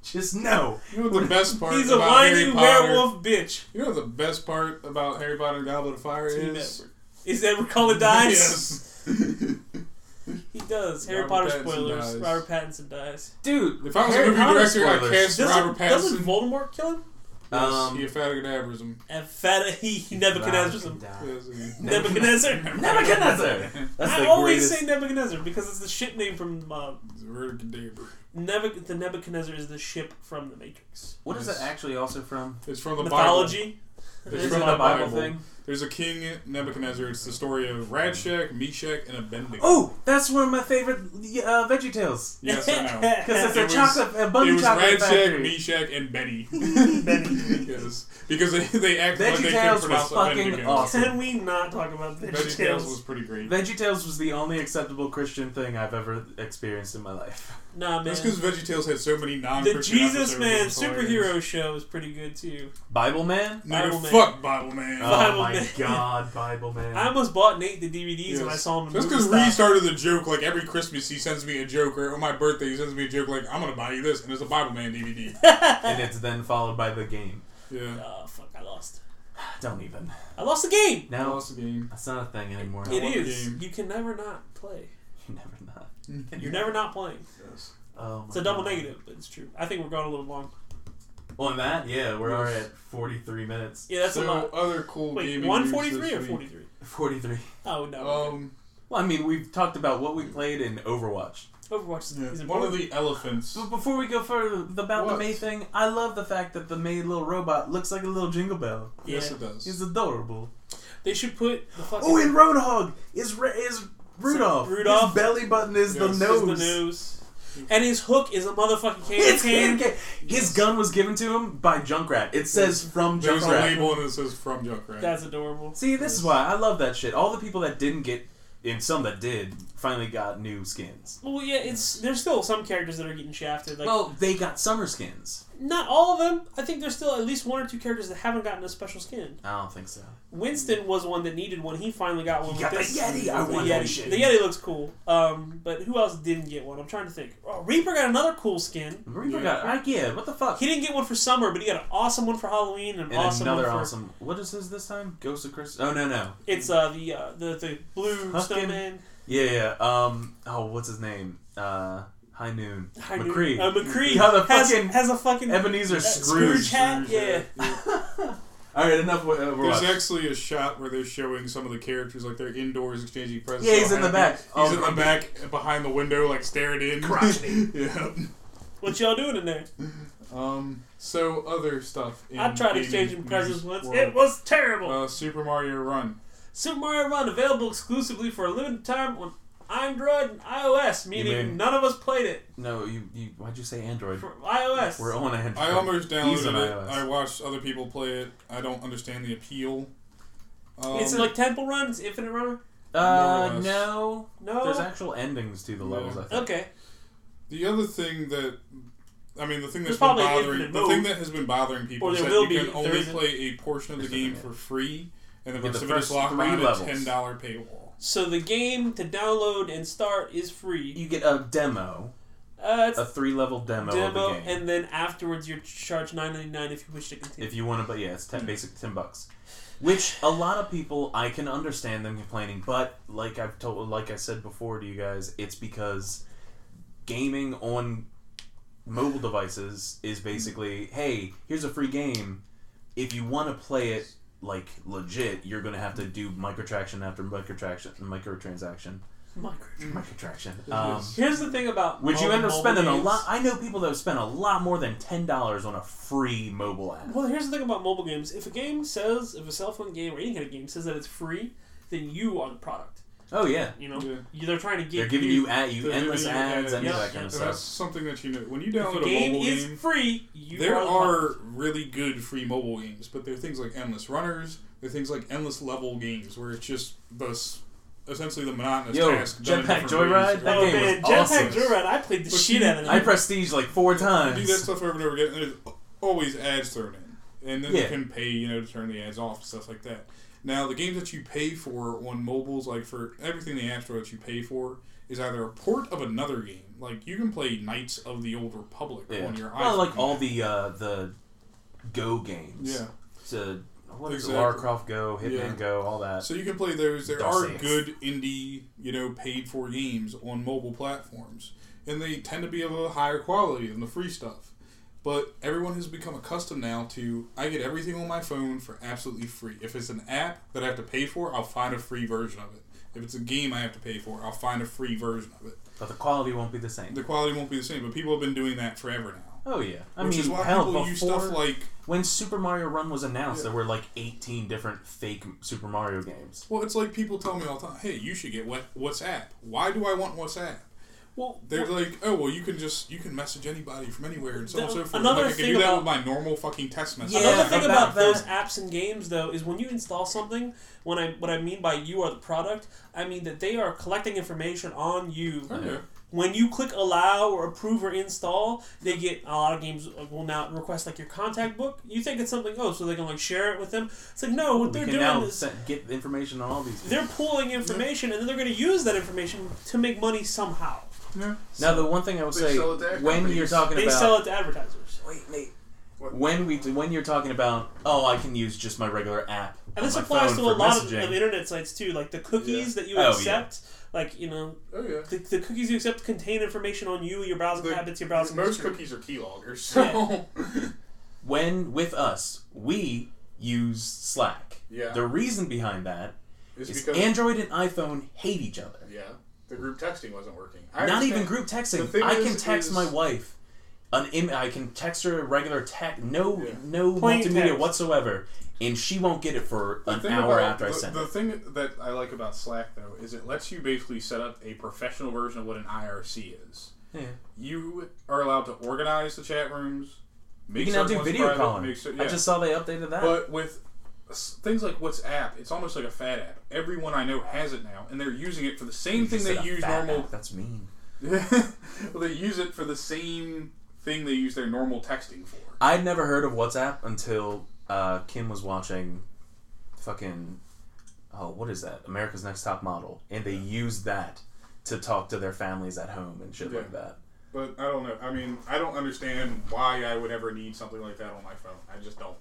S2: just no.
S3: You know what the best part
S1: He's a
S3: about
S1: whiny
S3: Harry Potter?
S1: werewolf bitch.
S3: You know what the best part about Harry Potter and Goblet of Fire
S1: Team
S3: is?
S1: Edward. Is Edward calling dies?
S3: Yes.
S1: He does. Harry
S3: Robert
S1: Potter
S3: Pattinson
S1: spoilers.
S3: dies.
S1: Robert Pattinson dies.
S2: Dude,
S3: If I was a
S2: Harry
S3: movie
S2: Potter
S3: director, I'd
S2: spoilers.
S3: cast
S1: Doesn't,
S3: Robert
S1: doesn't
S3: Pattinson.
S1: Voldemort kill him?
S2: Um,
S3: yes, he a Phadagadabrasm.
S1: And fat he, he Nebuchadnezzar's him.
S2: Nebuchadnezzar.
S3: Yes, he-
S1: Nebuchadnezzar.
S2: Nebuchadnezzar. That's
S1: I
S2: the
S1: always
S2: greatest-
S1: say Nebuchadnezzar because it's the ship name from uh,
S3: He's a Vergadabra.
S1: Nebuch- the Nebuchadnezzar is the ship from the Matrix.
S2: What is it actually also from?
S3: It's from the Bible.
S1: Mythology.
S3: It's
S2: Is it
S3: from
S2: a
S3: the
S2: Bible
S3: Bible.
S2: thing?
S3: There's a king Nebuchadnezzar. It's the story of Radshak, Meshach, and Abednego.
S2: Oh, that's one of my favorite uh, Veggie Tales.
S3: Yes, I know.
S2: Because it's their
S3: It was-
S2: chocolate, uh,
S3: It
S2: Bunny
S3: was
S2: chocolate
S3: Radshak,
S2: factory.
S3: Meshach, and Benny.
S1: Benny.
S3: yes, because they, they act like they couldn't
S2: VeggieTales was
S3: pronounce
S2: fucking
S3: Abednego.
S2: awesome.
S1: Can we not talk about Veggie
S3: VeggieTales was
S1: Tales?
S3: pretty great.
S2: Veggie Tales was the only acceptable Christian thing I've ever experienced in my life.
S1: Nah, man.
S3: That's because VeggieTales had so many non
S1: The Jesus Man superhero show is pretty good too.
S2: Bible Man?
S3: Nigga,
S1: Bible Man.
S3: fuck Bible Man.
S2: Oh
S1: Bible
S2: my
S1: Man.
S2: god, Bible Man.
S1: I almost bought Nate the DVDs when I
S3: Oh, Yes.
S1: saw him. In the
S3: That's
S1: movie
S3: because
S1: stop.
S3: Reed started the joke. Like every Christmas, he sends me a joke, or on my birthday, he sends me a joke. Like I'm gonna buy you this, and it's a Bible Man DVD.
S2: and it's then followed by the game.
S3: yeah.
S1: Oh fuck! I lost.
S2: Don't even.
S1: I lost the game.
S3: I
S2: No,
S3: lost the game.
S2: that's not a thing anymore.
S3: I
S1: It
S3: won the
S1: is.
S3: game.
S1: You can never not play.
S2: You're never not.
S1: You're never not playing.
S3: Yes.
S2: Oh my
S1: It's a double
S2: God.
S1: negative, but it's true. I think we're going a little long.
S2: On that, yeah, we're already at 43 minutes.
S1: Yeah, that's
S3: so
S1: a lot.
S3: other cool
S1: Wait,
S3: gaming.
S1: one
S3: news
S1: forty-three
S3: this
S1: or
S3: week.
S1: forty-three?
S2: 43.
S1: Oh no.
S3: Um,
S2: Well, I mean, we've talked about what we played in Overwatch.
S1: Overwatch is
S3: yeah,
S1: is
S3: one of
S1: important.
S3: the elephants.
S2: But before we go further the- about the
S3: What?
S2: May thing, I love the fact that the May little robot looks like a little jingle bell.
S1: Yeah.
S3: Yes, it does.
S2: He's adorable.
S1: They should put the fucking.
S2: Oh, and Roadhog is re- is Rudolph.
S1: Rudolph.
S2: His belly button is the
S3: Yes.
S1: This is
S2: nose.
S1: the news. And his hook is a motherfucking candy
S2: It's
S1: cane.
S2: Can Can. His gun was given to him by Junkrat. It says from
S3: There's a
S2: Junkrat.
S3: label and it says from Junkrat.
S1: That's adorable.
S2: See, this is why I love that shit. All the people that didn't get, and some that did, finally got new skins.
S1: Well, yeah, it's there's still some characters that are getting shafted. Like
S2: Well, they got summer skins.
S1: not all of them. I think there's still at least one or two characters that haven't gotten a special skin.
S2: I don't think so.
S1: Winston was one that needed one. He finally got one.
S2: He
S1: with
S2: got the
S1: this.
S2: Yeti. I
S1: the
S2: want that
S1: Yeti.
S2: shit.
S1: The Yeti looks cool. Um, but who else didn't get one? I'm trying to think. Oh, Reaper got another cool skin.
S2: Reaper
S3: Yeah.
S2: got. I yeah. What the fuck?
S1: He didn't get one for summer, but he got an awesome one for Halloween and, an
S2: And
S1: awesome
S2: another
S1: one for.
S2: awesome. What is his this time? Ghost of Christmas. Oh no no.
S1: It's uh the uh, the the blue
S2: Pumpkin?
S1: snowman.
S2: Yeah yeah. Um. Oh, what's his name? Uh. High Noon.
S1: High noon-
S2: McCree.
S1: Uh, McCree
S2: Yeah, the
S1: has,
S2: fucking-
S1: has a fucking
S2: Ebenezer
S1: uh,
S2: Scrooge.
S1: Scrooge hat. Yeah.
S3: Scrooge
S2: All right. Enough. with- Uh,
S3: There's
S2: Overwatch.
S3: actually a shot where they're showing some of the characters, like they're indoors exchanging presents.
S2: Yeah, he's
S3: all
S2: in the
S3: happy.
S2: back.
S3: He's
S2: Oh,
S3: in the
S2: I'm-
S3: back behind the window, like staring in.
S2: Crotchety.
S3: yeah.
S1: What y'all doing in there?
S3: Um. So other stuff. In
S1: I tried
S3: gaming
S1: exchanging
S3: news
S1: presents once.
S3: world.
S1: It was terrible.
S3: Uh, Super Mario Run.
S1: Super Mario Run available exclusively for a limited time on Android and iOS, meaning
S2: mean-
S1: none of us played it
S2: no. You, you. Why'd you say Android?
S1: for iOS.
S2: We're on Android.
S3: I almost
S2: He's
S3: downloaded
S2: on
S3: it.
S2: iOS.
S3: I watched other people play it. I don't understand the appeal. Um,
S1: it's like Temple Run, it's Infinite Runner.
S2: Uh,
S3: More or less.
S2: no.
S1: No.
S2: There's actual endings to the levels. I think.
S1: okay.
S3: the other thing that I mean, the thing
S1: There's
S3: that's been
S1: probably an
S3: bothering
S1: infinite
S3: the
S1: mode.
S3: thing that has been bothering people
S1: Or
S3: is
S1: there
S3: that
S1: will
S3: you
S1: be
S3: can
S1: if there
S3: only
S1: isn't.
S3: play a portion of the game
S2: something,
S3: for free, and the
S2: Yeah,
S3: rest
S2: the
S3: of it is
S2: first
S3: locked
S2: three
S3: behind a
S2: levels.
S3: ten dollar paywall.
S1: So the game to download and start is free.
S2: You get a demo,
S1: Uh, it's
S2: a three level demo,
S1: demo,
S2: of the game.
S1: and then afterwards you're charged nine ninety nine if you wish to continue.
S2: if you want to, but yeah, it's
S1: Hmm.
S2: ten, basic ten bucks. Which a lot of people, I can understand them complaining, but like I've told, like I said before to you guys, it's because gaming on mobile devices is basically, hey, here's a free game. If you want to play it like legit, you're gonna have to do microtraction after microtraction, microtransaction,
S1: Micro-
S2: microtraction. Um,
S1: Here's the thing about
S2: which you
S1: mobile-
S2: end up
S1: mobile
S2: spending a
S1: games.
S2: lot. I know people that have spent a lot more than ten dollars on a free mobile app.
S1: Well, here's the thing about mobile games. If a game says, if a cell phone game or any kind of game says that it's free, then you are the product.
S2: Oh yeah.
S1: You know,
S3: Yeah.
S1: You- they're trying to get
S2: They're giving you ad, you
S3: They're
S2: endless
S3: giving you
S2: ads and
S1: ads,
S2: that
S1: yeah,
S2: kind of
S3: So that's
S2: stuff.
S3: something that you know when you
S1: If the
S3: download a
S1: game
S3: mobile
S1: is
S3: game.
S1: free. You
S3: There
S1: are, the
S3: are
S1: product.
S3: really good free mobile games, but there are things like endless runners. There are things like endless level games where it's just this, essentially the monotonous
S2: Yo,
S3: task. done in
S2: Jetpack
S3: different ways.
S2: Joyride? That
S1: oh
S2: game was
S1: man,
S2: awesome.
S1: Jetpack Joyride! I played the
S3: But
S1: shit
S3: you-
S1: out of that.
S2: I prestige like four
S3: You do that
S2: times.
S3: stuff over and over again. and There's always ads thrown in, and then you
S2: Yeah.
S3: can pay, you know, to turn the ads off and stuff like that. Now, the games that you pay for on mobiles, like for everything in the App Store that you pay for, is either a port of another game. Like you can play Knights of the Old Republic
S2: Yeah.
S3: on your iPhone.
S2: Well, like all the uh, the Go games.
S3: yeah.
S2: So what is it?
S3: Exactly.
S2: Lara Croft Go, Hitman
S3: Yeah.
S2: Go, all that.
S3: So you can play those. There
S2: Don't
S3: are
S2: say it.
S3: good indie, you know, paid for games on mobile platforms, and they tend to be of a higher quality than the free stuff. But everyone has become accustomed now to I get everything on my phone for absolutely free. If it's an app that I have to pay for, I'll find a free version of it. If it's a game I have to pay for, I'll find a free version of it.
S2: But the quality won't be the same.
S3: The quality won't be the same, but people have been doing that forever now.
S2: oh yeah. I
S3: Which
S2: mean,
S3: is why
S2: hell,
S3: people
S2: before
S3: use stuff like
S2: when Super Mario Run was announced,
S3: Yeah.
S2: there were like 18 different fake Super Mario games.
S3: well, it's like people tell me all the time, "Hey, you should get what WhatsApp." Why do I want WhatsApp?
S1: well,
S3: They're like, oh well, you can just you can message anybody from anywhere and so on and so forth.
S1: Another
S3: like, I could
S1: thing
S3: do that
S1: about-
S3: with my normal fucking text message.
S2: Yeah,
S1: Another thing about,
S2: about that.
S1: those apps and games, though, is when you install something. When I what I mean by you are the product, I mean that they are collecting information on you.
S3: Oh, yeah.
S1: When you click allow or approve or install, they get a lot of games will now request like your contact book. You think it's something oh, so they can like share it with them. It's like no, what
S2: we
S1: they're
S2: can
S1: doing
S2: now
S1: is
S2: se- get information on all these. Things.
S1: they're pulling information and then they're going to use that information to make money somehow.
S2: Now the one thing I will
S4: They
S2: say
S4: sell it to ad
S2: when you're
S4: companies.
S2: talking
S1: They
S2: about
S1: sell it to advertisers,
S2: wait, Nate.
S4: What?
S2: When we when you're talking about oh I can use just my regular app
S1: and this
S2: on my
S1: applies
S2: phone
S1: to
S2: for
S1: a lot of,
S2: messaging.
S1: of internet sites too, like the cookies that you
S2: Oh, yeah.
S1: accept. Like you know,
S4: Oh yeah.
S1: The, the cookies you accept contain information on you, your browsing
S4: The-
S1: habits, your browsing
S4: Most
S1: history.
S4: cookies are keyloggers, so
S2: when with us we use Slack.
S4: Yeah.
S2: The reason behind that
S4: it's
S2: is
S4: because
S2: Android and iPhone hate each other.
S4: yeah, the group texting wasn't working.
S2: Not even
S4: understand-
S2: group
S4: The
S2: texting.
S4: thing
S2: I can
S4: is-
S2: text
S4: is-
S2: my wife. An Im- I can text her a regular text, no,
S4: Yeah.
S2: no
S1: Plain
S2: multimedia
S1: text.
S2: whatsoever, and she won't get it for
S4: The
S2: an
S4: thing
S2: hour
S4: about-
S2: after I
S4: the,
S2: send
S4: the
S2: it.
S4: thing that I like about Slack though is it lets you basically set up a professional version of what an IRC is.
S2: Yeah.
S4: You are allowed to organize the chat rooms.
S2: You
S4: Make
S2: can now
S4: certain
S2: do
S4: ones
S2: video
S4: private,
S2: calling.
S4: make cer-
S2: I
S4: yeah.
S2: just saw they updated that.
S4: But with s- things like WhatsApp, it's almost like a fad app. Everyone I know has it now, and they're using it for the same thing
S2: Just
S4: they
S2: said a
S4: use
S2: fat
S4: normal.
S2: app. That's mean.
S4: well, they use it for the same thing they use their normal texting for.
S2: I'd never heard of WhatsApp until uh, Kim was watching fucking oh what is that America's Next Top Model, and they used that to talk to their families at home and shit like
S4: Yeah.
S2: that.
S4: But I don't know. I mean, I don't understand why I would ever need something like that on my phone. I just don't.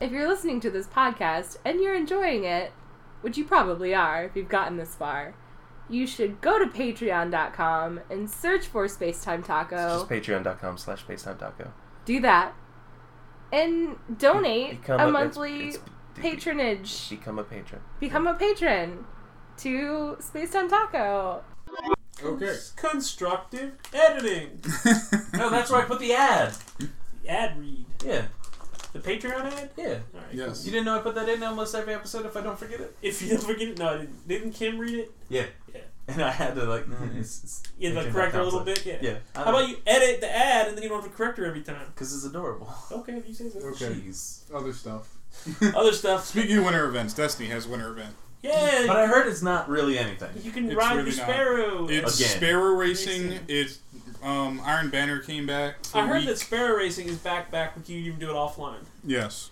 S5: If you're listening to this podcast and you're enjoying it, which you probably are if you've gotten this far, you should go to patreon.com and search for Spacetime Taco.
S2: patreon.com slash spacetimedoco.
S5: Do that. And donate a monthly patronage.
S2: Become a patron.
S5: Become a patron to Spacetime Taco.
S3: Okay.
S1: Constructive editing.
S2: No, that's where I put the ad.
S1: Ad read.
S2: Yeah,
S1: The Patreon ad?
S2: yeah.
S1: Alright.
S3: yes.
S2: You didn't know I put that in almost every episode if I don't forget it.
S1: If you don't forget it, no, I didn't. Didn't Kim read it?
S2: Yeah.
S1: Yeah.
S2: And I had to like, mm, it's, it's
S1: Mm-hmm. You had to
S2: patreon.com
S1: correct her a little
S2: slash-
S1: bit? Yeah.
S2: Yeah.
S1: How about you edit the ad and then you don't have to correct her every time?
S2: Because it's adorable.
S1: Okay, if you say so.
S3: Okay.
S2: Jeez.
S3: Other stuff.
S1: Other stuff.
S3: Speaking of winter events, Destiny has winter event.
S1: Yeah. you
S2: But I heard it's not really anything.
S1: can- you can
S3: It's
S1: ride
S3: really
S1: the
S3: not.
S1: sparrow.
S3: It's
S2: Again.
S3: sparrow racing.
S1: Racing.
S3: It's Um, Iron Banner came back. for
S1: I
S3: a
S1: heard
S3: week.
S1: that Sparrow Racing is back, back, but you can even do it offline.
S3: Yes,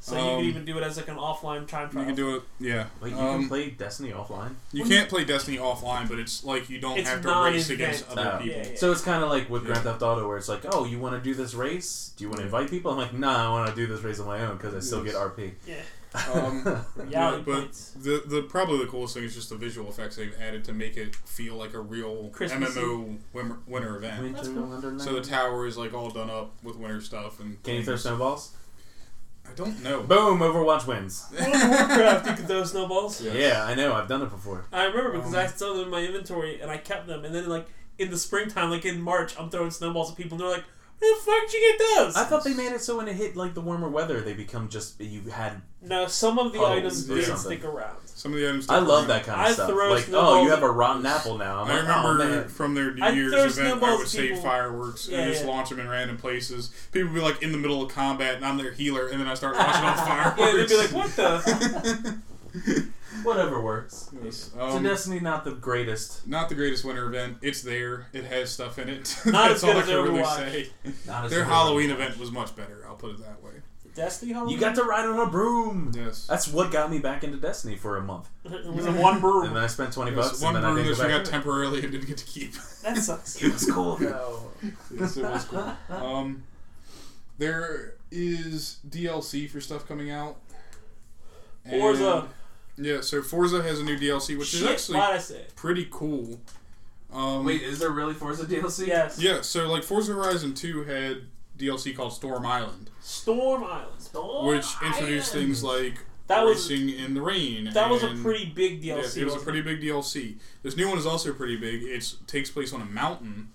S1: So you
S3: Um,
S1: can even do it as like an offline time
S3: you
S1: trial.
S3: can do it. Yeah,
S2: Wait, you
S3: Um,
S2: can play Destiny offline.
S3: you can't play Destiny offline, but it's like you don't
S1: It's
S3: have to race
S1: non-event.
S3: against other
S2: Oh.
S3: people.
S1: Yeah, yeah.
S2: So it's kind of like with
S3: Yeah.
S2: Grand Theft Auto, where it's like, oh, you want to do this race? Do you want to invite people? I'm like, nah, I want to do this race on my own because I still
S3: Yes.
S2: get RP.
S1: Yeah.
S3: Um,
S1: yeah,
S3: Yeah, but-
S1: points.
S3: The, the probably the coolest thing is just the visual effects they've added to make it feel like a real
S1: Christmassy.
S3: MMO winter, winter event.
S2: Winter
S1: That's cool.
S2: Wonderland.
S3: So the tower is like all done up with winter stuff and
S2: can you throw snowballs?
S3: I don't know.
S2: Boom! Overwatch wins.
S1: World of Warcraft, you could throw snowballs.
S3: Yes.
S2: Yeah, I know. I've done it before.
S1: I remember because
S3: Um,
S1: I still them in my inventory and I kept them, and then like in the springtime, like in March, I'm throwing snowballs at people, and they're like, "Where the fuck did you get those?"
S2: I thought they made it so when it hit like the warmer weather, they become just you had.
S1: no, some of the
S2: Oh,
S1: items
S3: yeah.
S1: did
S2: something.
S1: stick around.
S3: Some of the items.
S2: I
S3: don't
S2: love
S3: run.
S2: that kind of
S1: I
S2: stuff.
S1: throw
S2: like,
S1: snowballs
S2: oh, you have a
S1: at-
S2: rotten apple now. I'm
S3: I
S2: like, oh,
S3: remember
S2: man.
S3: from their New
S1: I'd
S3: Year's
S1: throw
S3: event, I would
S1: snowballs at
S3: save
S1: people.
S3: fireworks
S1: Yeah,
S3: and just
S1: yeah.
S3: launch them in random places. People would be like in the middle of combat, and I'm their healer, and then I start launching off fireworks.
S1: Yeah, they'd be like, "What the?"
S2: Whatever works.
S3: Yes.
S2: so
S3: Um,
S2: Destiny not the greatest.
S3: not the greatest winter event. It's there. It has stuff in it.
S1: Not
S3: That's
S1: as good
S3: all I
S1: as
S3: can really
S1: Overwatch.
S3: say.
S2: Not as
S3: Their
S2: good.
S3: Halloween event was much better. I'll put it that way.
S1: Destiny Halloween.
S2: You got to ride on a broom.
S3: Yes.
S2: That's what got me back into Destiny for a month.
S1: it was a one
S2: And
S1: broom.
S2: then I spent twenty
S3: There was
S2: bucks,
S3: one
S2: and then I
S3: broom
S2: didn't
S3: that
S2: go
S3: we
S2: back.
S3: got temporarily and didn't get to keep.
S1: That sucks. Oh,
S2: it was cool though.
S3: yes, it was cool. Um, there is DLC for stuff coming out. And-
S1: Forza.
S3: Yeah, so Forza has a new DLC, which is
S1: Shit,
S3: actually
S1: why'd I say it?
S3: pretty cool. Um,
S2: Wait, is there really Forza DLC?
S1: Yes.
S3: Yeah, so like Forza Horizon 2 had DLC called Storm Island,
S1: Storm Island. Storm
S3: which introduced
S1: Island.
S3: things like
S1: That was-
S3: racing in the rain.
S1: That was a
S3: and-
S1: pretty big
S3: Yeah,
S1: DLC.
S3: it was a
S1: wasn't
S3: pretty big DLC. This new one is also pretty big. It takes place on a mountain,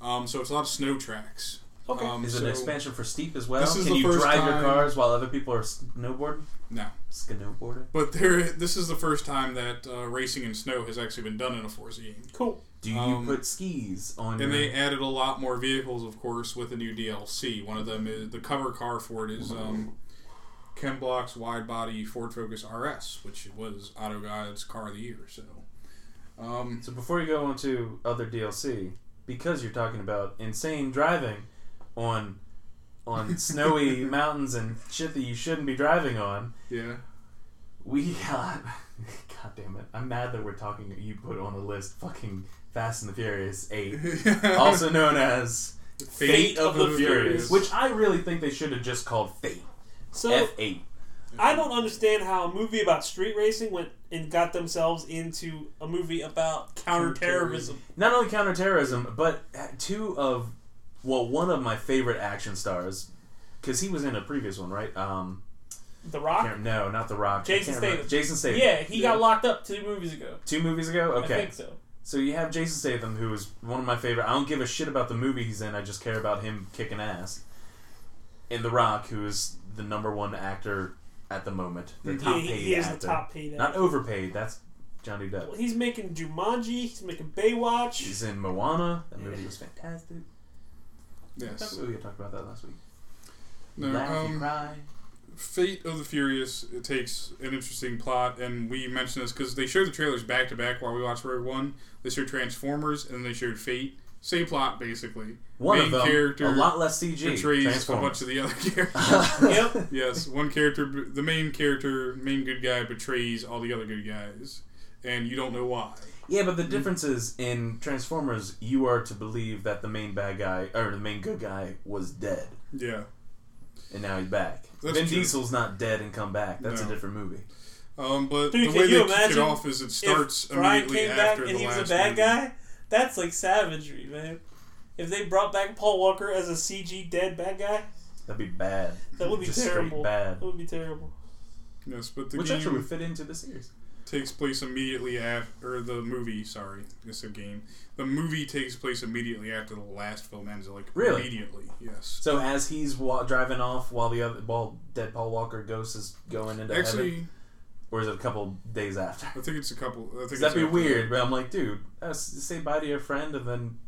S3: um, so it's a lot of snow tracks.
S1: Okay.
S3: Um,
S2: Is it
S3: so-
S2: an expansion for steep as well?
S3: This is
S2: Can
S3: the
S2: you
S3: first
S2: drive your
S3: time-
S2: cars while other people are snowboarding?
S3: No,
S2: Snowboarding?
S3: but there. This is the first time that uh, racing in snow has actually been done in a Forza game,
S1: Cool.
S2: Do you
S3: Um,
S2: put skis on?
S3: and
S2: your...
S3: they added a lot more vehicles, of course, with the new DLC. One of them is the cover car for it is um, Ken Block's wide body Ford Focus RS, which was AutoGuide's car of the year. So, um,
S2: So before you go on to other DLC, because you're talking about insane driving on on snowy mountains and shit that you shouldn't be driving on,
S3: yeah,
S2: we got God damn it. I'm mad that we're talking you put on the list fucking Fast and the Furious eight. also known as Fate, of, the, Furious. Which I really think they should have just called Fate.
S1: So
S2: F eight.
S1: I don't understand how a movie about street racing went and got themselves into a movie about counterterrorism.
S2: Not only counterterrorism, but uh, two of well, one of my favorite action stars, because he was in a previous one, right? Um,
S1: The Rock.
S2: Can't- No, not The Rock. I
S1: Jason
S2: can't remember.
S1: Statham.
S2: Jason Statham.
S1: Yeah, he
S3: Yeah.
S1: got locked up two movies ago.
S2: Two movies ago?
S1: I
S2: Okay.
S1: think so.
S2: So you have Jason Statham, who is one of my favorite. I don't give a shit about the movie he's in. I just care about him kicking ass. And The Rock, who is the number one actor at the moment. The top
S1: Yeah,
S2: paid
S1: he, he is
S2: actor.
S1: the top paid.
S2: Not
S1: actor.
S2: overpaid. That's Johnny Depp.
S1: Well, he's making Jumanji. He's making Baywatch.
S2: He's in Moana. That movie was fantastic.
S3: Yes.
S2: That's what we had talked about that last week.
S3: No,
S2: Laugh, you
S3: um,
S2: cry.
S3: Fate of the Furious it takes an interesting plot, and we mentioned this because they showed the trailers back to back while we watched Rogue One. They showed Transformers, and then they showed Fate. Same plot, basically.
S2: One
S3: main
S2: of them,
S3: character
S2: a lot less CG.
S3: Betrays a
S2: Transformers.
S3: bunch of the other characters.
S1: yep.
S3: yes, one character, the main character, main good guy, betrays all the other good guys, and you don't know why.
S2: Yeah, but the
S3: Mm-hmm.
S2: difference is in Transformers, you are to believe that the main bad guy or the main good guy was dead,
S3: Yeah.
S2: and now he's back.
S3: That's
S2: Vin
S3: true.
S2: Diesel's not dead and come back. That's
S3: No.
S2: a different movie.
S3: Um, but
S1: Dude,
S3: the
S1: can
S3: way
S1: you
S3: they kick it
S1: imagine
S3: off is it starts
S1: if Brian
S3: immediately
S1: came back
S3: after
S1: and
S3: the
S1: he was a
S3: last
S1: bad
S3: movie.
S1: guy, that's like savagery, man. If they brought back Paul Walker as a CG dead bad guy,
S2: That'd be bad.
S1: that would be
S2: Just straight
S1: terrible.
S2: bad.
S1: That would be terrible.
S3: Yes, but the
S2: Which
S3: game
S2: actually would fit into the series.
S3: takes place immediately after or the movie. Sorry, it's a game. The movie takes place immediately after the last film ends. Like
S2: Really?
S3: immediately, yes.
S2: So as he's wa- driving off while the other while dead Paul Walker ghost is going into heaven,
S3: Actually,
S2: or is it a couple days after?
S3: I think it's a couple. I think it's
S2: 'Cause that'd be
S3: after-
S2: weird. But I'm like, dude, uh, s- say bye to your friend and then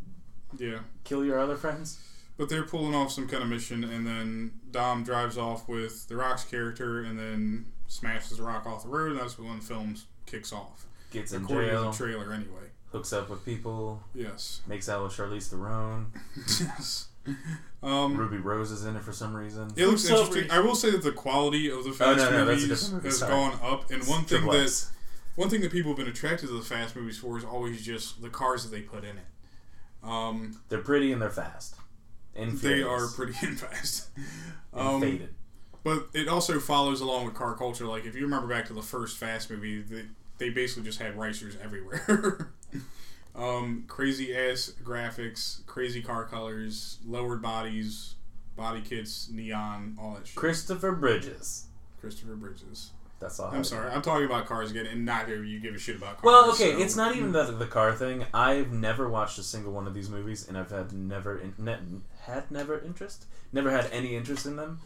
S3: Yeah,
S2: kill your other friends.
S3: but they're pulling off some kind of mission, and then Dom drives off with the Rock's character, and then smashes the Rock off the road. And that's when the film kicks off,
S2: Gets in
S3: according to
S2: jail,
S3: the trailer, anyway.
S2: hooks up with people,
S3: Yes.
S2: makes out with Charlize Theron.
S3: yes. Um,
S2: Ruby Rose is in it for some reason.
S3: It looks
S1: For some
S3: interesting. I will say that the quality of the
S2: Oh,
S3: Fast
S2: no, no, that's a
S3: movies
S2: different movie,
S3: has
S2: sorry.
S3: gone up, and one thing
S2: Triple
S3: that
S2: X.
S3: one thing that people have been attracted to the Fast movies for is always just the cars that they put in it. Um,
S2: they're pretty and they're fast, and
S3: they
S2: furious.
S3: are pretty and fast,
S2: And
S3: um,
S2: faded.
S3: but it also follows along with car culture. Like if you remember back to the first Fast movie, they, they basically just had racers everywhere. um, crazy ass graphics, crazy car colors, lowered bodies, body kits, neon, all that shit.
S2: Christopher Bridges.
S3: Christopher Bridges.
S2: That's all. I
S3: I'm
S2: have.
S3: sorry, I'm talking about cars again, and neither of you give a shit about cars.
S2: Well, okay,
S3: so- hmm.
S2: it's not even the, the car thing. I've never watched a single one of these movies, and I've had never in, ne, had never interest, never had any interest in them.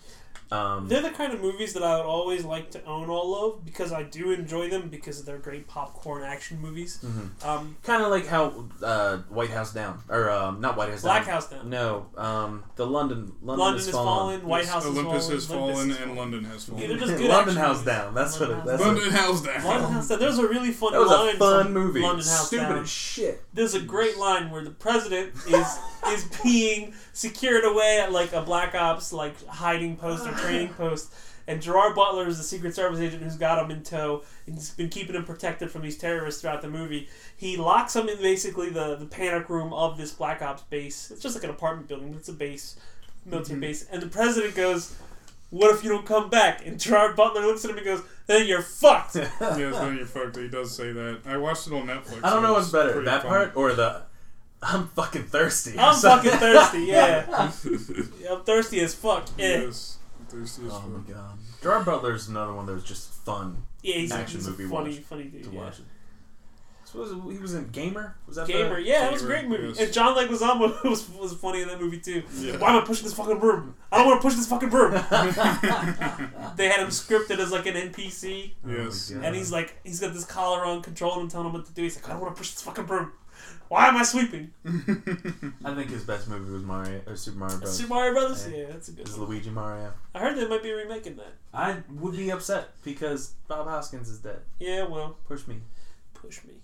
S2: Um,
S1: They're the kind of movies that I would always like to own all of because I do enjoy them because they're great popcorn action movies.
S3: Mm-hmm.
S1: Um,
S2: kind of like how uh, White House Down, or um, not White House
S1: Black
S2: Down.
S1: House Down.
S2: No, um, the London London,
S1: London
S2: is
S1: has
S2: fallen.
S1: fallen. White House has
S3: Olympus has
S1: fallen.
S3: fallen,
S1: Olympus has
S3: and London has
S1: Yeah, they're
S3: fallen.
S1: just good
S2: London
S1: action
S2: House
S1: movies.
S2: Down. That's what. It,
S1: London
S2: that's
S1: House
S2: what,
S3: London has
S1: London
S3: down.
S1: House Down. There's a really fun
S2: that was
S1: line
S2: a fun
S1: from
S2: movie.
S1: London House
S2: Stupid
S1: Down.
S2: as shit.
S1: There's a great line where the president is is being secured away at like a black ops like hiding post or training post, and Gerard Butler is the Secret Service agent who's got him in tow and has been keeping him protected from these terrorists throughout the movie. He locks him in basically the the panic room of this black ops base. It's just like an apartment building, but it's a base, military base, and the president goes. What if you don't come back? And Gerard Butler looks at him and goes, "Then you're fucked."
S3: yeah, no, you're fucked. He does say that. I watched it on Netflix.
S2: I don't know
S3: It
S2: what's
S3: was
S2: better,
S3: pretty
S2: that
S3: fun.
S2: part or the I'm fucking thirsty. or
S1: I'm
S2: something.
S1: fucking thirsty. Yeah, I'm thirsty as fuck. Yeah,
S3: Yes. Thirsty as
S2: Oh
S3: fuck.
S2: my god. Gerard Butler's another one that was just fun
S1: yeah he's,
S2: Action
S1: he's a
S2: movie
S1: funny,
S2: watch.
S1: funny dude.
S2: to
S1: yeah.
S2: watch. So was it- he was in Gamer? Was that
S1: Gamer,
S2: The,
S1: yeah, it was a
S3: Gamer,
S1: great movie.
S3: yes.
S1: And John Leguizamo was, was funny in that movie too.
S3: Yeah.
S1: Why am I pushing this fucking broom? I don't want to push this fucking broom. they had him scripted as like an NPC,
S2: Oh my
S3: Yes.
S2: God.
S1: and he's like, he's got this collar on, controlling him, telling him what to do. He's like, I don't want to push this fucking broom. Why am I sweeping?
S2: I think his best movie was Mario or Super Mario Bros.
S1: Super Mario Brothers.
S2: Yeah.
S1: Yeah, that's a good.
S2: is
S1: One.
S2: Luigi Mario.
S1: I heard they might be remaking that.
S2: I would be upset because Bob Hoskins is dead.
S1: Yeah, well,
S2: Push me.
S1: push me,